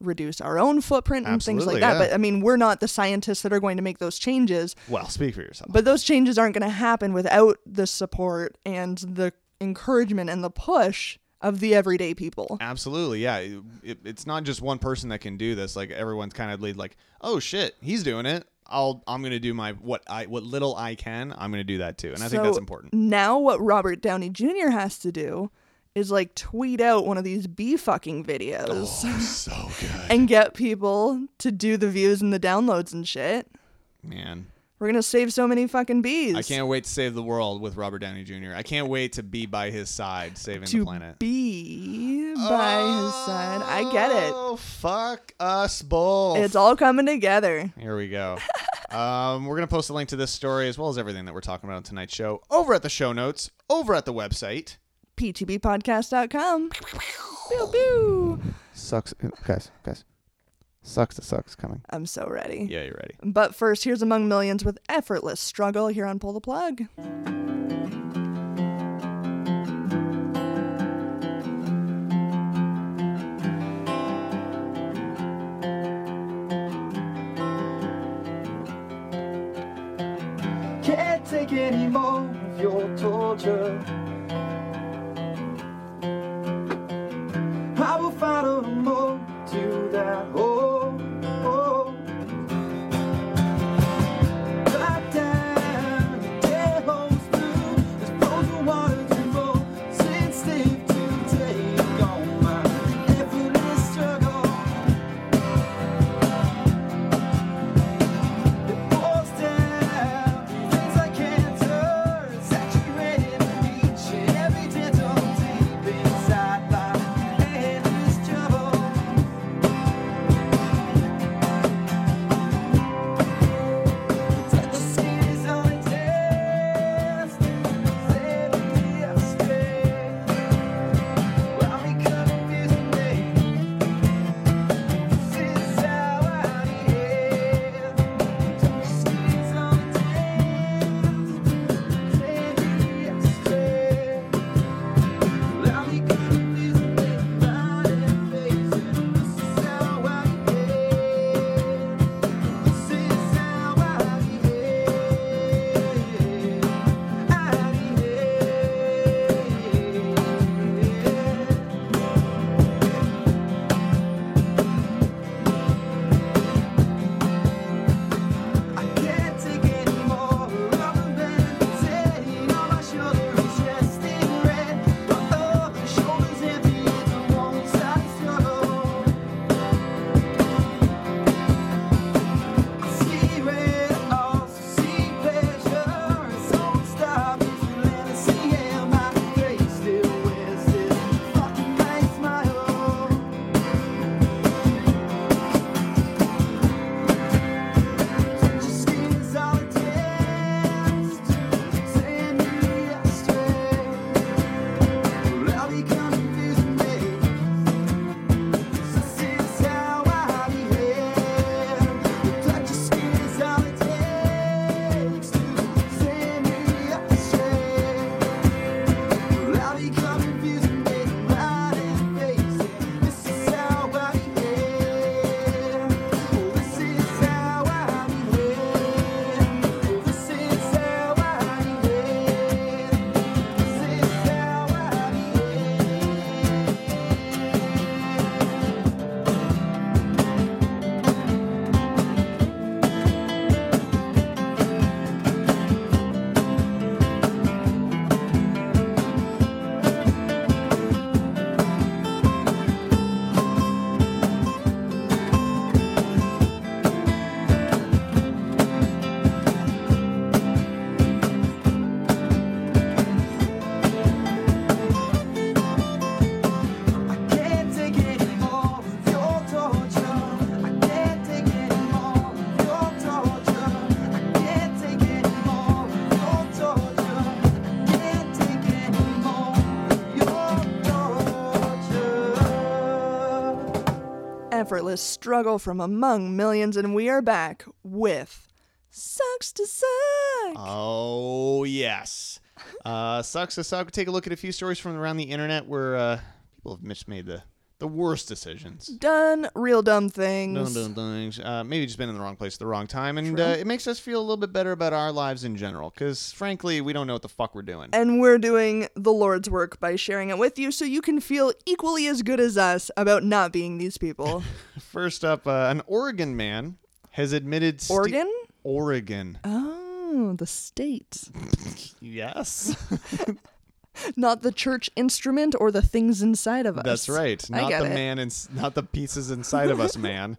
reduce our own footprint and things Absolutely, like that. yeah. But I mean, we're not the scientists that are going to make those changes. Well, speak for yourself. But those changes aren't going to happen without the support and the encouragement and the push of the everyday people. Absolutely, yeah. It- it- it's not just one person that can do this. Like everyone's kind of lead, like, oh shit, he's doing it. I'll, I'm gonna do my what I, what little I can. I'm gonna do that too, and I think that's So important. Now, what Robert Downey Jr. has to do is like tweet out one of these bee fucking Oh. videos. so good, and get people to do the views and the downloads and shit. man. We're gonna save so many fucking bees. I can't wait to save the world with Robert Downey Jr. I can't wait to be by his side saving the to planet. be by his side. I get it. Oh, fuck us both. It's all coming together. Here we go. um, we're going to post a link to this story as well as everything that we're talking about on tonight's show over at the show notes, over at the website. PTBpodcast.com. Pew, pew. Sucks. uh, Guys, guys. Sucks to sucks coming. I'm so ready. Yeah, you're ready. But first, here's Among Millions with Effortless Struggle here on Pull the Plug. Can't take any more of your torture. I will find a remote to that Oh, hole. Drop down, the dead home's blue. This blows the water to more. Sensitive to take on my effortless struggle. It falls down, things I can't turn. It's saturated each and every dental deep inside my endless trouble. Touch skin is only testing, setting me straight. While we confusing me, this is how I need it. Yeah. I can't take any more. Rubber bands hanging on my shoulder is just in red. My other shoulder's empty. It's a one-sided struggle. I see red, I also see pleasure. It's all stopped when I see him. My face still wears this fucking nice smile. Effortless Struggle from Among Millions, and we are back with Sucks to Suck. Uh. Oh, yes. Uh, sucks to suck. Take a look at a few stories from around the internet where uh, people have mismade the, the worst decisions. Done real dumb things. Dun, dun, dun. Uh, maybe just been in the wrong place at the wrong time, and uh, it makes us feel a little bit better about our lives in general. Because frankly, we don't know what the fuck we're doing. And we're doing the Lord's work by sharing it with you so you can feel equally as good as us about not being these people. First up, uh, an Oregon man has admitted. ste- Oregon? Oregon. Oh, the state. yes. Not the church instrument or the things inside of us. That's right. I Not get the it. man, in, not the pieces inside of us, man.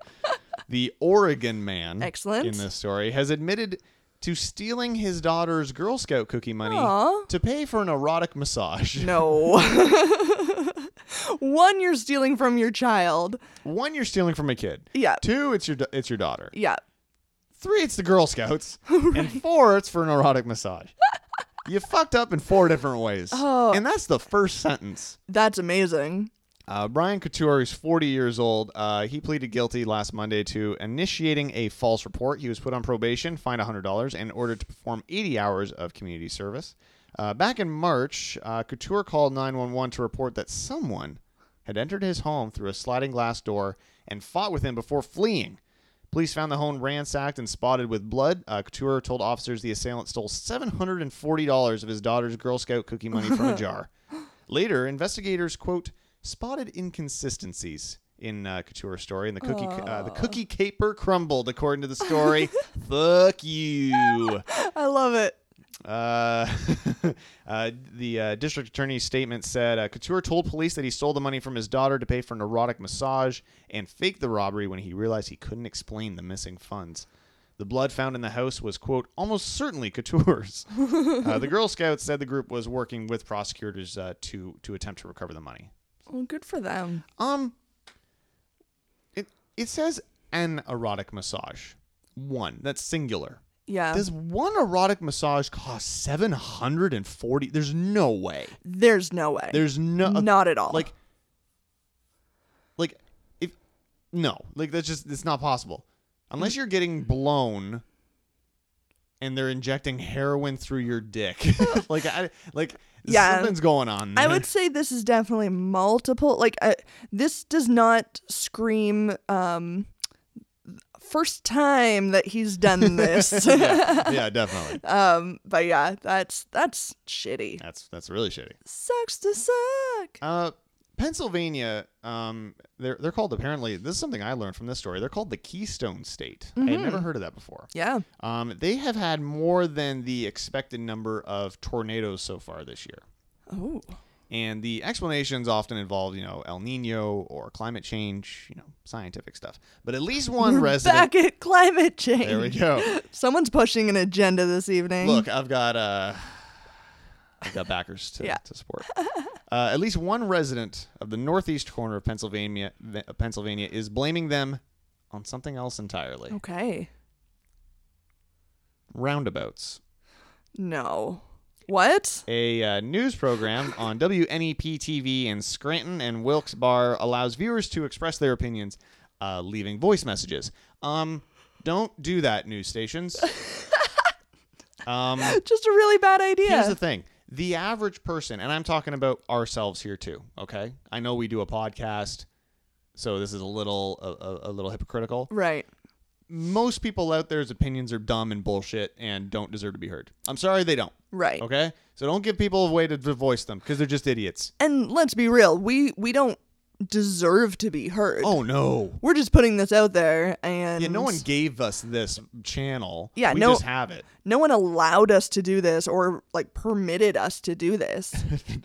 The Oregon man. Excellent. In this story, has admitted to stealing his daughter's Girl Scout cookie money Aw. to pay for an erotic massage. No. One, you're stealing from your child. One, you're stealing from a kid. Yeah. Two, it's your da- it's your daughter. Yeah. Three, it's the Girl Scouts. And four, it's for an erotic massage. you fucked up in four different ways. Oh. And that's the first sentence. That's amazing. Uh, Brian Couture is 40 years old. Uh, he pleaded guilty last Monday to initiating a false report. He was put on probation, fined $100, and ordered to perform 80 hours of community service. Uh, back in March, uh, Couture called 911 to report that someone had entered his home through a sliding glass door and fought with him before fleeing. Police found the home ransacked and spotted with blood. Uh, Couture told officers the assailant stole $740 of his daughter's Girl Scout cookie money from a jar. Later, investigators quote spotted inconsistencies in uh, Couture's story, and the cookie uh, the cookie caper crumbled according to the story. Fuck you. I love it. Uh, uh, the uh, district attorney's statement said uh, Couture told police that he stole the money from his daughter to pay for an erotic massage and faked the robbery when he realized he couldn't explain the missing funds. The blood found in the house was, quote, almost certainly Couture's. uh, the Girl Scouts said the group was working with prosecutors uh, to to attempt to recover the money. Well, good for them. Um, it it says an erotic massage. One that's singular. Yeah. Does one erotic massage cost seven hundred and forty? There's no way. There's no way. There's no uh, Not at all. Like, like if no, like that's just it's not possible unless you're getting blown and they're injecting heroin through your dick. like I like Yeah. something's going on. There. I would say this is definitely multiple. Like, uh, this does not scream um, first time that he's done this. yeah, yeah, definitely. um, but yeah, that's that's shitty. That's that's really shitty. Sucks to suck. Uh, Pennsylvania, um, they're they're called apparently. This is something I learned from this story. They're called the Keystone State. I had never heard of that before. Yeah. Um, they have had more than the expected number of tornadoes so far this year, Oh. and the explanations often involve you know El Nino or climate change, you know scientific stuff. But at least one resident. Back at climate change. there we go. Someone's pushing an agenda this evening. Look, I've got uh, I've got backers to, Yeah. to support. Uh, at least one resident of the northeast corner of Pennsylvania, Ve- Pennsylvania, is blaming them on something else entirely. Okay. Roundabouts. No. What? A uh, news program on E WNEP TV in Scranton and Wilkes-Barre allows viewers to express their opinions, uh, leaving voice messages. Um, don't do that, news stations. um, Just a really bad idea. Here's the thing. The average person, and I'm talking about ourselves here too, okay? I know we do a podcast, so this is a little a, a, a little hypocritical. right. Most people out there's opinions are dumb and bullshit and don't deserve to be heard. I'm sorry they don't. Right. Okay? So don't give people a way to to voice them because they're just idiots. And let's be real, we we don't deserve to be heard. Oh no. We're just putting this out there and Yeah, no one gave us this channel. Yeah, we no- just have it. no one allowed us to do this or like permitted us to do this.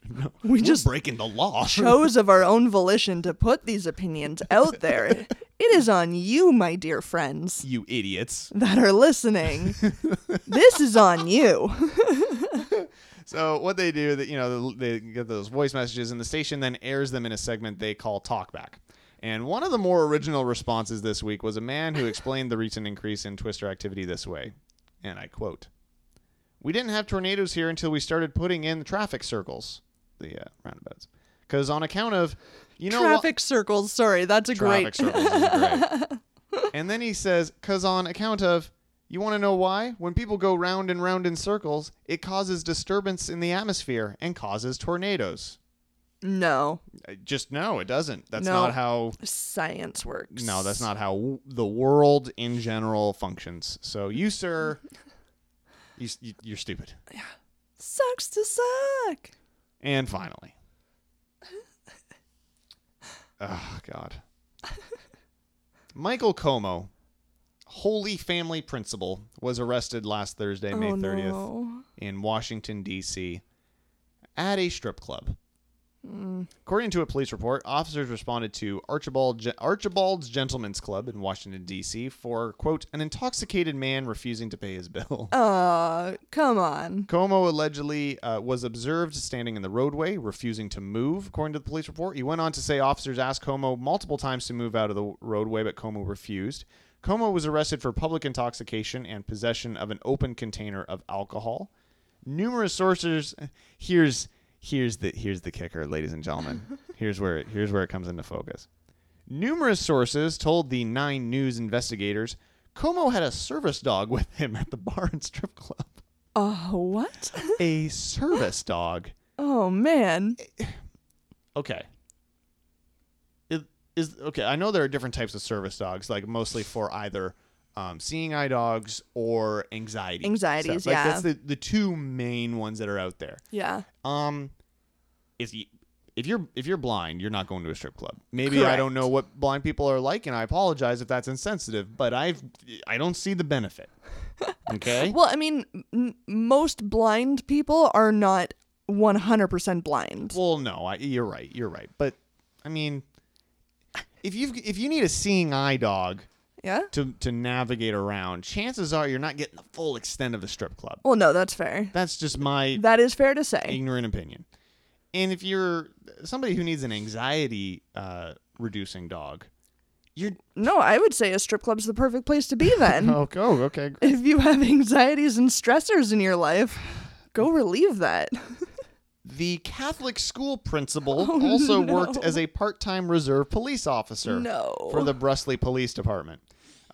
No, We we're just breaking the law. chose of our own volition to put these opinions out there. It is on you, my dear friends you idiots. that are listening. this is on you. So what they do that you know they get those voice messages and the station then airs them in a segment they call talkback. And one of the more original responses this week was a man who explained the recent increase in twister activity this way, and I quote: "We didn't have tornadoes here until we started putting in the traffic circles, the uh, roundabouts, because on account of you know what- Traffic circles. Sorry, that's a traffic great. circles is great. and then he says, because on account of, you want to know why? When people go round and round in circles, it causes disturbance in the atmosphere and causes tornadoes. No, Uh, Just no, it doesn't. That's No. not how. science works. No, that's not how w- the world in general functions. So you, sir, you, s- you, you're stupid. Sucks to suck. And finally. Oh, God. Michael Como, Holy Family Principal, was arrested last Thursday, May oh 30th, no. in Washington, D.C., at a strip club. Mm. According to a police report, officers responded to Archibald Ge- Archibald's Gentlemen's Club in Washington D.C. for quote an intoxicated man refusing to pay his bill. Uh, come on. Como allegedly uh, was observed standing in the roadway, refusing to move, according to the police report. He went on to say officers asked Como multiple times to move out of the roadway, but Como refused. Como was arrested for public intoxication and possession of an open container of alcohol. Numerous sources. Here's here's the here's the kicker, ladies and gentlemen. here's where it, here's where it comes into focus. Numerous sources told the Nine News investigators Como had a service dog with him at the bar and strip club Uh, what? a service dog. oh man. Okay. It is okay. I know there are different types of service dogs, like mostly for either um, seeing eye dogs or anxiety. Anxieties, stuff. Like, yeah. that's the the two main ones that are out there. Yeah. Um, if you if you're if you're blind, you're not going to a strip club. Maybe I don't Correct. know what blind people are like, and I apologize if that's insensitive, but I've I don't see the benefit. Okay. Well, I mean, m- most blind people are not 100% blind. Well, no, I, you're right. You're right. But I mean, if you have if you need a seeing eye dog yeah? to to navigate around, chances are you're not getting the full extent of a strip club. Well, no, that's fair. That's just my That is fair to say. ignorant opinion. And if you're somebody who needs an anxiety uh, reducing dog, you're No, I would say a strip club's the perfect place to be then. oh, oh okay. great. If you have anxieties and stressors in your life, go relieve that. The Catholic school principal also worked as a part-time reserve police officer No. for the Brusley Police Department.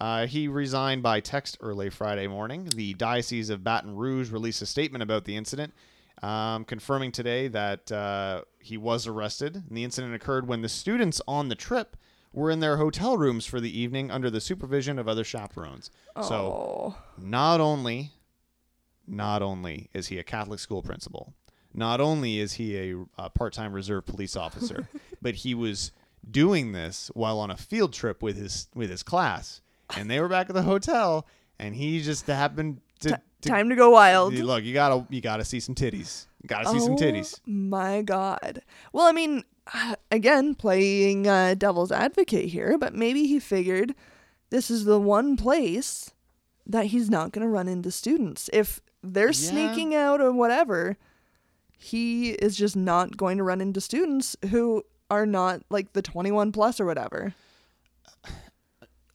Uh, he resigned by text early Friday morning. The Diocese of Baton Rouge released a statement about the incident, um, confirming today that uh, he was arrested. And the incident occurred when the students on the trip were in their hotel rooms for the evening under the supervision of other chaperones. So Oh. not only not only is he a Catholic school principal, not only is he a, uh part-time reserve police officer, but he was doing this while on a field trip with his with his class, and they were back at the hotel, and he just happened to, to- Time to go wild. look. You gotta you gotta see some titties. You gotta see some Oh titties. My God. Well, I mean, again, playing uh, devil's advocate here, but maybe he figured this is the one place that he's not going to run into students. If they're sneaking out or whatever, he is just not going to run into students who are not like the 21 plus or whatever.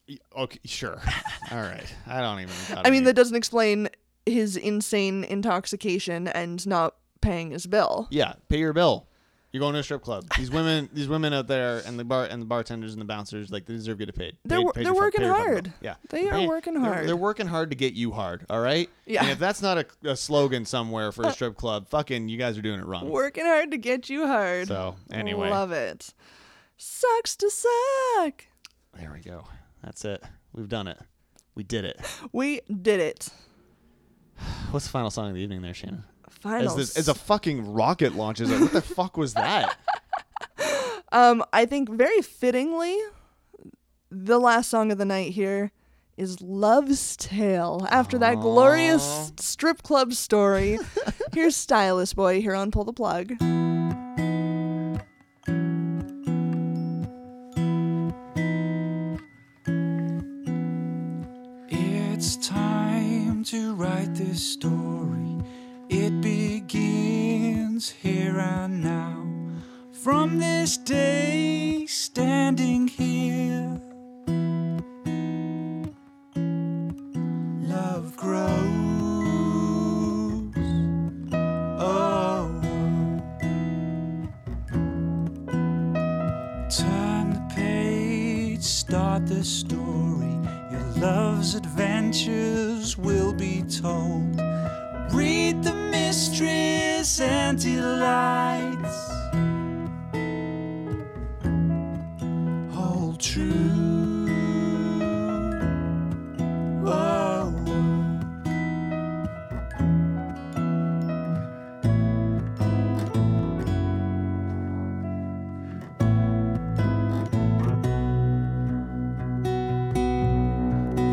Y- Okay, sure. All right. I don't even. I, I don't mean, even- that doesn't explain his insane intoxication and not paying his bill. Yeah, pay your bill. You're going to a strip club. These women, these women out there, and the bar and the bartenders and the bouncers, like they deserve to get paid. They're Pay- wor- pay they're your fu- working pay your fucking hard. bill. Yeah, They are Pay- working they're- hard. They're, working hard to get you hard. All right. Yeah. Uh, And if that's not a, a slogan somewhere for a strip club, fucking, you guys are doing it wrong. Working hard to get you hard. So anyway, Love it. Sucks to suck. there we go. That's it. We've done it. We did it. We did it. What's the final song of the evening, there, Shannon? As, Finals. this, as a fucking rocket launches, like, what the fuck was that? um, I think very fittingly, the last song of the night here is Love's Tale. After that glorious strip club story, here's Stylist Boy here on Pull the Plug. It's time to write this story. It begins here and now. From this day, standing here, love grows. Oh, Turn the page, start the story. Your love's adventures will be told. Read the mysteries and delights. Hold true. Oh.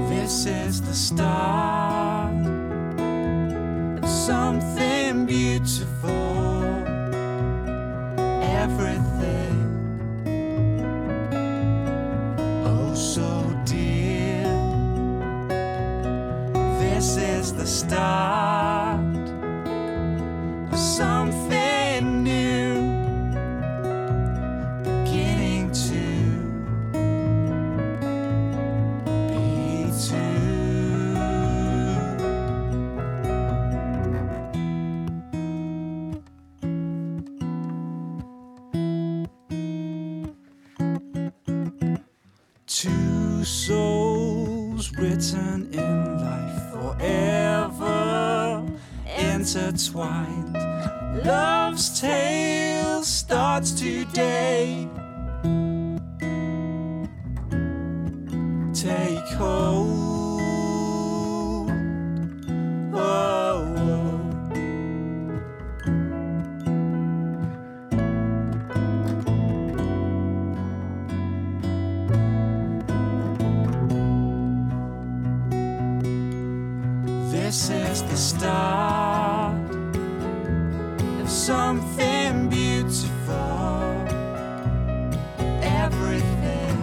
This is the start of something beautiful. Every oh, is the start of something new. Beginning to be two. Two souls written in life forever intertwined. Love's tale starts today. Take hold. Oh, oh. This is the start of something beautiful. Everything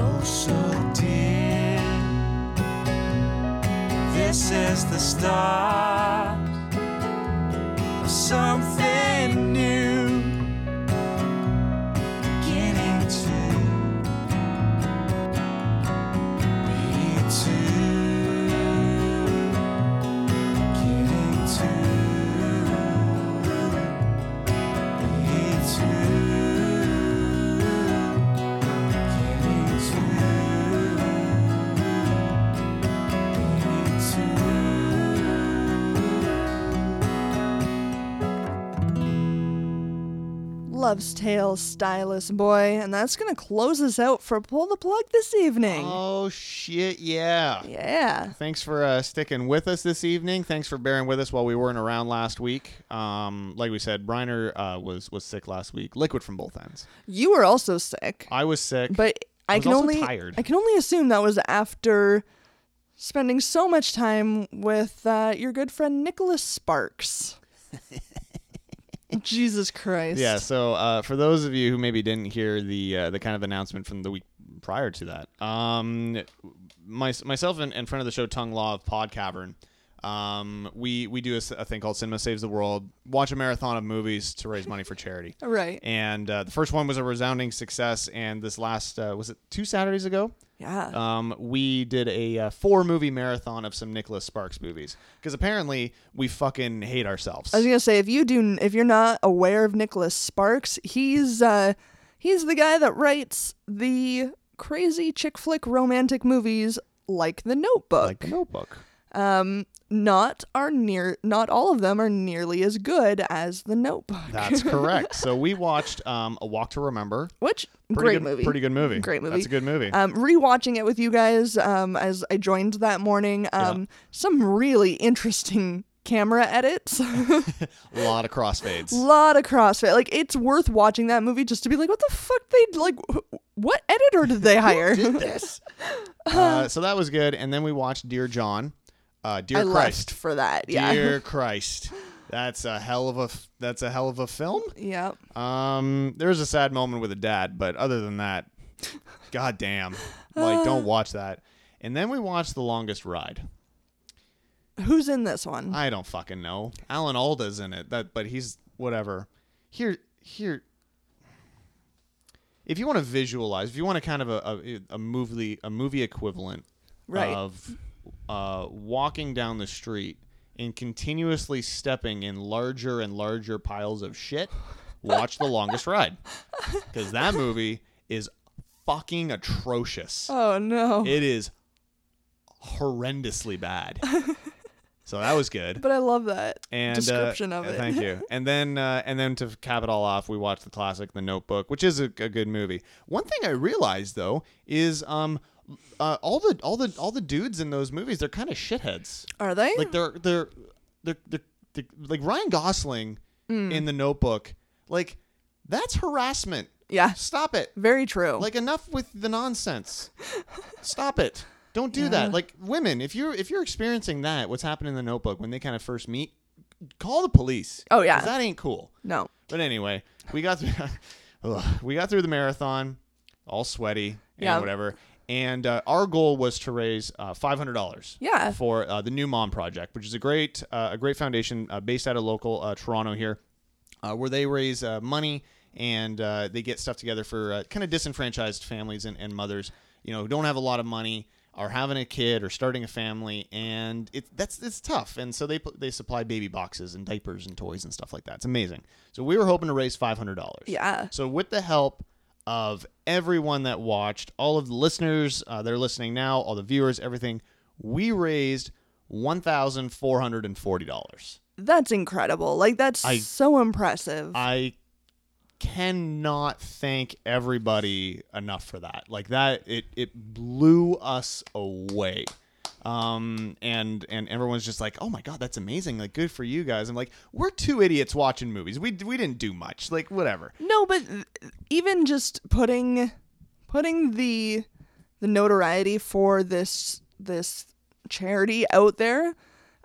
oh so dear. This is the start of something new. Beginning to Love's Tale, Stylus Boy, and that's going to close us out for Pull the Plug this evening. Oh shit, yeah. Yeah. Thanks for uh, sticking with us this evening. Thanks for bearing with us while we weren't around last week. Um, like we said, Briner uh, was was sick last week. Liquid from both ends. You were also sick, I was sick, but I, was can also only tired. I can only assume that was after spending so much time with uh, your good friend Nicholas Sparks. Jesus Christ. yeah. So uh, for those of you who maybe didn't hear the uh, the kind of announcement from the week prior to that, um, my, myself and, and friend of the show Tongue Law of Pod Cavern, um, we we do a s a a thing called Cinema Saves the World. Watch a marathon of movies to raise money for charity. Right. and uh, the first one was a resounding success. And this last uh, was it two Saturdays ago. yeah. Um, we did a uh, four movie marathon of some Nicholas Sparks movies because apparently we fucking hate ourselves. I was gonna say if you do if you're not aware of Nicholas Sparks, he's uh he's the guy that writes the crazy chick flick romantic movies like The Notebook. like the Notebook. um, not are near not all of them are nearly as good as The Notebook. That's correct. So we watched um, A Walk to Remember. Which Pretty great good, movie. Pretty good movie. Great movie. That's a good movie. Um, rewatching it with you guys um, as I joined that morning. Um, Some really interesting camera edits. A a lot of crossfades. lot of crossfit. Like it's worth watching that movie just to be like, what the fuck? They like, wh- what editor did they hire? this. Uh, so that was good. And then we watched Dear John. Uh, Dear I Christ. left for that. Yeah. Dear Christ. That's a hell of a f- that's a hell of a film. yeah. Um, there was a sad moment with a dad, but other than that, goddamn, like don't watch that. And then we watched The Longest Ride. Who's in this one? I don't fucking know. Alan Alda's in it, that but he's whatever. Here, here. If you want to visualize, if you want to kind of a, a, a movie a movie equivalent Right. of uh, walking down the street and continuously stepping in larger and larger piles of shit, watch The Longest Ride because that movie is fucking atrocious. oh no. It is horrendously bad. so that was good but I love that and uh, description of uh, it. Thank you. And then uh, and then to cap it all off, we watched the classic The Notebook, which is a, a good movie. One thing I realized though is um uh, all the all the all the dudes in those movies they're kind of shitheads. Are they? Like they're they're they're, they're, they're like Ryan Gosling Mm. in The Notebook. Like that's harassment. yeah. Stop it. Very true. Like enough with the nonsense. Stop it. Don't do that. Like women, if you're if you're experiencing that, what's happening in the notebook when they kind of first meet, call the police. Oh, yeah. 'Cause That ain't cool. no. But anyway, we got through Ugh. we got through the marathon, all sweaty and Yeah. whatever. And uh, our goal was to raise uh, five hundred dollars. Yeah. For uh, the New Mom Project, which is a great uh, a great foundation uh, based out of local uh, Toronto here, uh, where they raise uh, money and uh, they get stuff together for uh, kind of disenfranchised families and, and mothers, you know, who don't have a lot of money. Are having a kid or starting a family, and it, that's it's tough. And so they put- they supply baby boxes and diapers and toys and stuff like that. It's amazing. So we were hoping to raise five hundred dollars. Yeah. So with the help of everyone that watched, all of the listeners uh, that are listening now, all the viewers, everything, we raised one thousand four hundred and forty dollars. That's incredible. Like that's I- so impressive. I cannot thank everybody enough for that. Like that, it it blew us away. Um and and everyone's just like, oh my god, that's amazing! Like, good for you guys. I'm like, we're two idiots watching movies. We we didn't do much. Like, whatever. No, but th- even just putting putting the the notoriety for this this charity out there,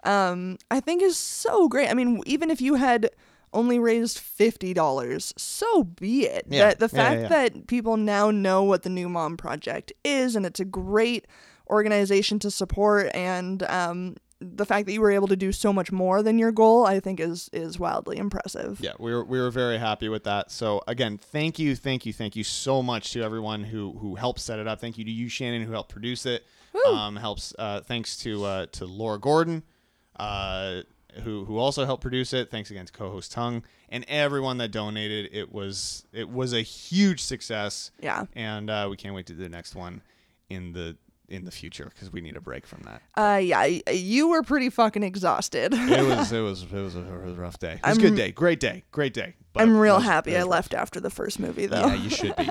um, I think is so great. I mean, even if you had only raised fifty dollars, so be it. Yeah. That the Yeah, yeah, fact yeah. that people now know what the New Mom Project is, and it's a great organization to support, and um, the fact that you were able to do so much more than your goal, I think is is wildly impressive. Yeah, we were we were very happy with that. So again, thank you, thank you, thank you so much to everyone who who helped set it up. Thank you to you, Shannon, who helped produce it. Um, helps. Uh, thanks to uh, to Laura Gordon, uh, who who also helped produce it. Thanks again to co-host Tung and everyone that donated. It was it was a huge success. Yeah. and uh, we can't wait to do the next one in the in the future because we need a break from that. Uh, yeah, y- you were pretty fucking exhausted. It was it was it was a, it was a rough day. It was a good day, great day, great day. but I'm it real was- it happy I was rough. left after the first movie, though. Yeah, you should be.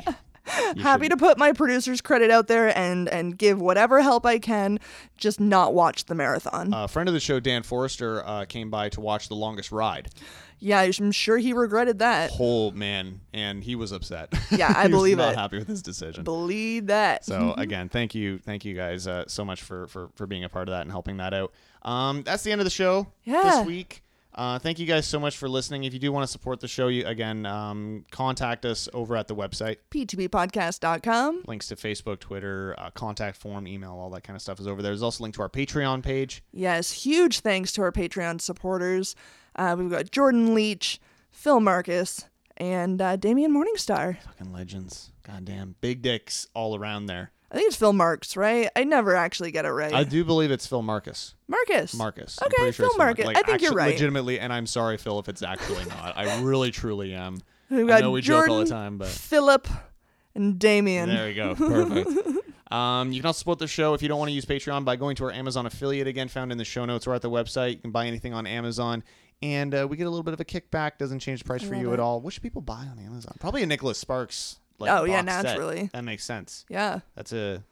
You happy should to put my producer's credit out there and and give whatever help I can. Just not watch the marathon. A Uh, friend of the show, Dan Forrester, uh, came by to watch The Longest Ride. yeah, I'm sure he regretted that. Oh man, and he was upset. Yeah, I He was believe not it. mm-hmm. Happy with his decision. Believe that. So again, thank you, thank you guys uh, so much for, for for being a part of that and helping that out. Um, that's the end of the show Yeah. this week. Uh, thank you guys so much for listening. If you do want to support the show, you again um, contact us over at the website. P2Ppodcast.com. Links to Facebook, Twitter, uh, contact form, email, all that kind of stuff is over there. There's also a link to our Patreon page. Yes, huge thanks to our Patreon supporters. Uh, we've got Jordan Leach, Phil Marcus, and uh, Damian Morningstar. Fucking legends, goddamn big dicks all around there. I think it's Phil Marks, right? I never actually get it right. I do believe it's Phil Marcus. Marcus. Marcus. Okay, I'm pretty sure Phil it's Mar- Marcus. like, I think you're actu- right. Legitimately, and I'm sorry, Phil, if it's actually not. I really, truly am. We've I got know we Jordan, joke all the time, but Philip, and Damien. there you go. Perfect. Um, you can also support the show if you don't want to use Patreon by going to our Amazon affiliate again, found in the show notes or at the website. You can buy anything on Amazon, and uh, we get a little bit of a kickback. Doesn't change the price for you at all. What should people buy on Amazon? Probably a Nicholas Sparks. Like, Oh, yeah, box set. naturally. That makes sense. Yeah. That's a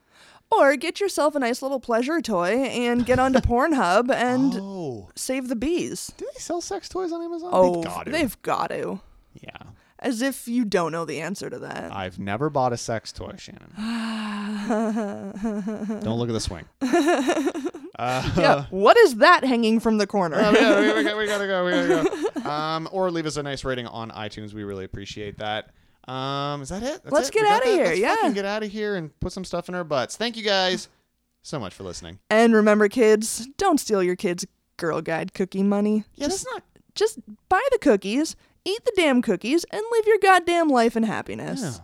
Or get yourself a nice little pleasure toy and get onto Pornhub and oh. save the bees. Do they sell sex toys on Amazon? Oh, they've got it. they've got to. yeah. As if you don't know the answer to that. I've never bought a sex toy, Shannon. Don't look at the swing. Uh, yeah. What is that hanging from the corner? yeah, we, we, got- we gotta go. We gotta go. Um, or leave us a nice rating on iTunes. We really appreciate that. Um, is that it? That's Let's it? get We got outta that? here, Let's yeah. fucking get out of here and put some stuff in our butts. Thank you guys so much for listening. and remember, kids, don't steal your kids' Girl Guide cookie money. Yeah, just, that's not. just buy the cookies, eat the damn cookies, and live your goddamn life in happiness.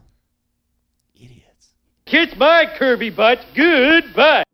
Yeah. Idiots. Kiss my Kirby butt. Goodbye.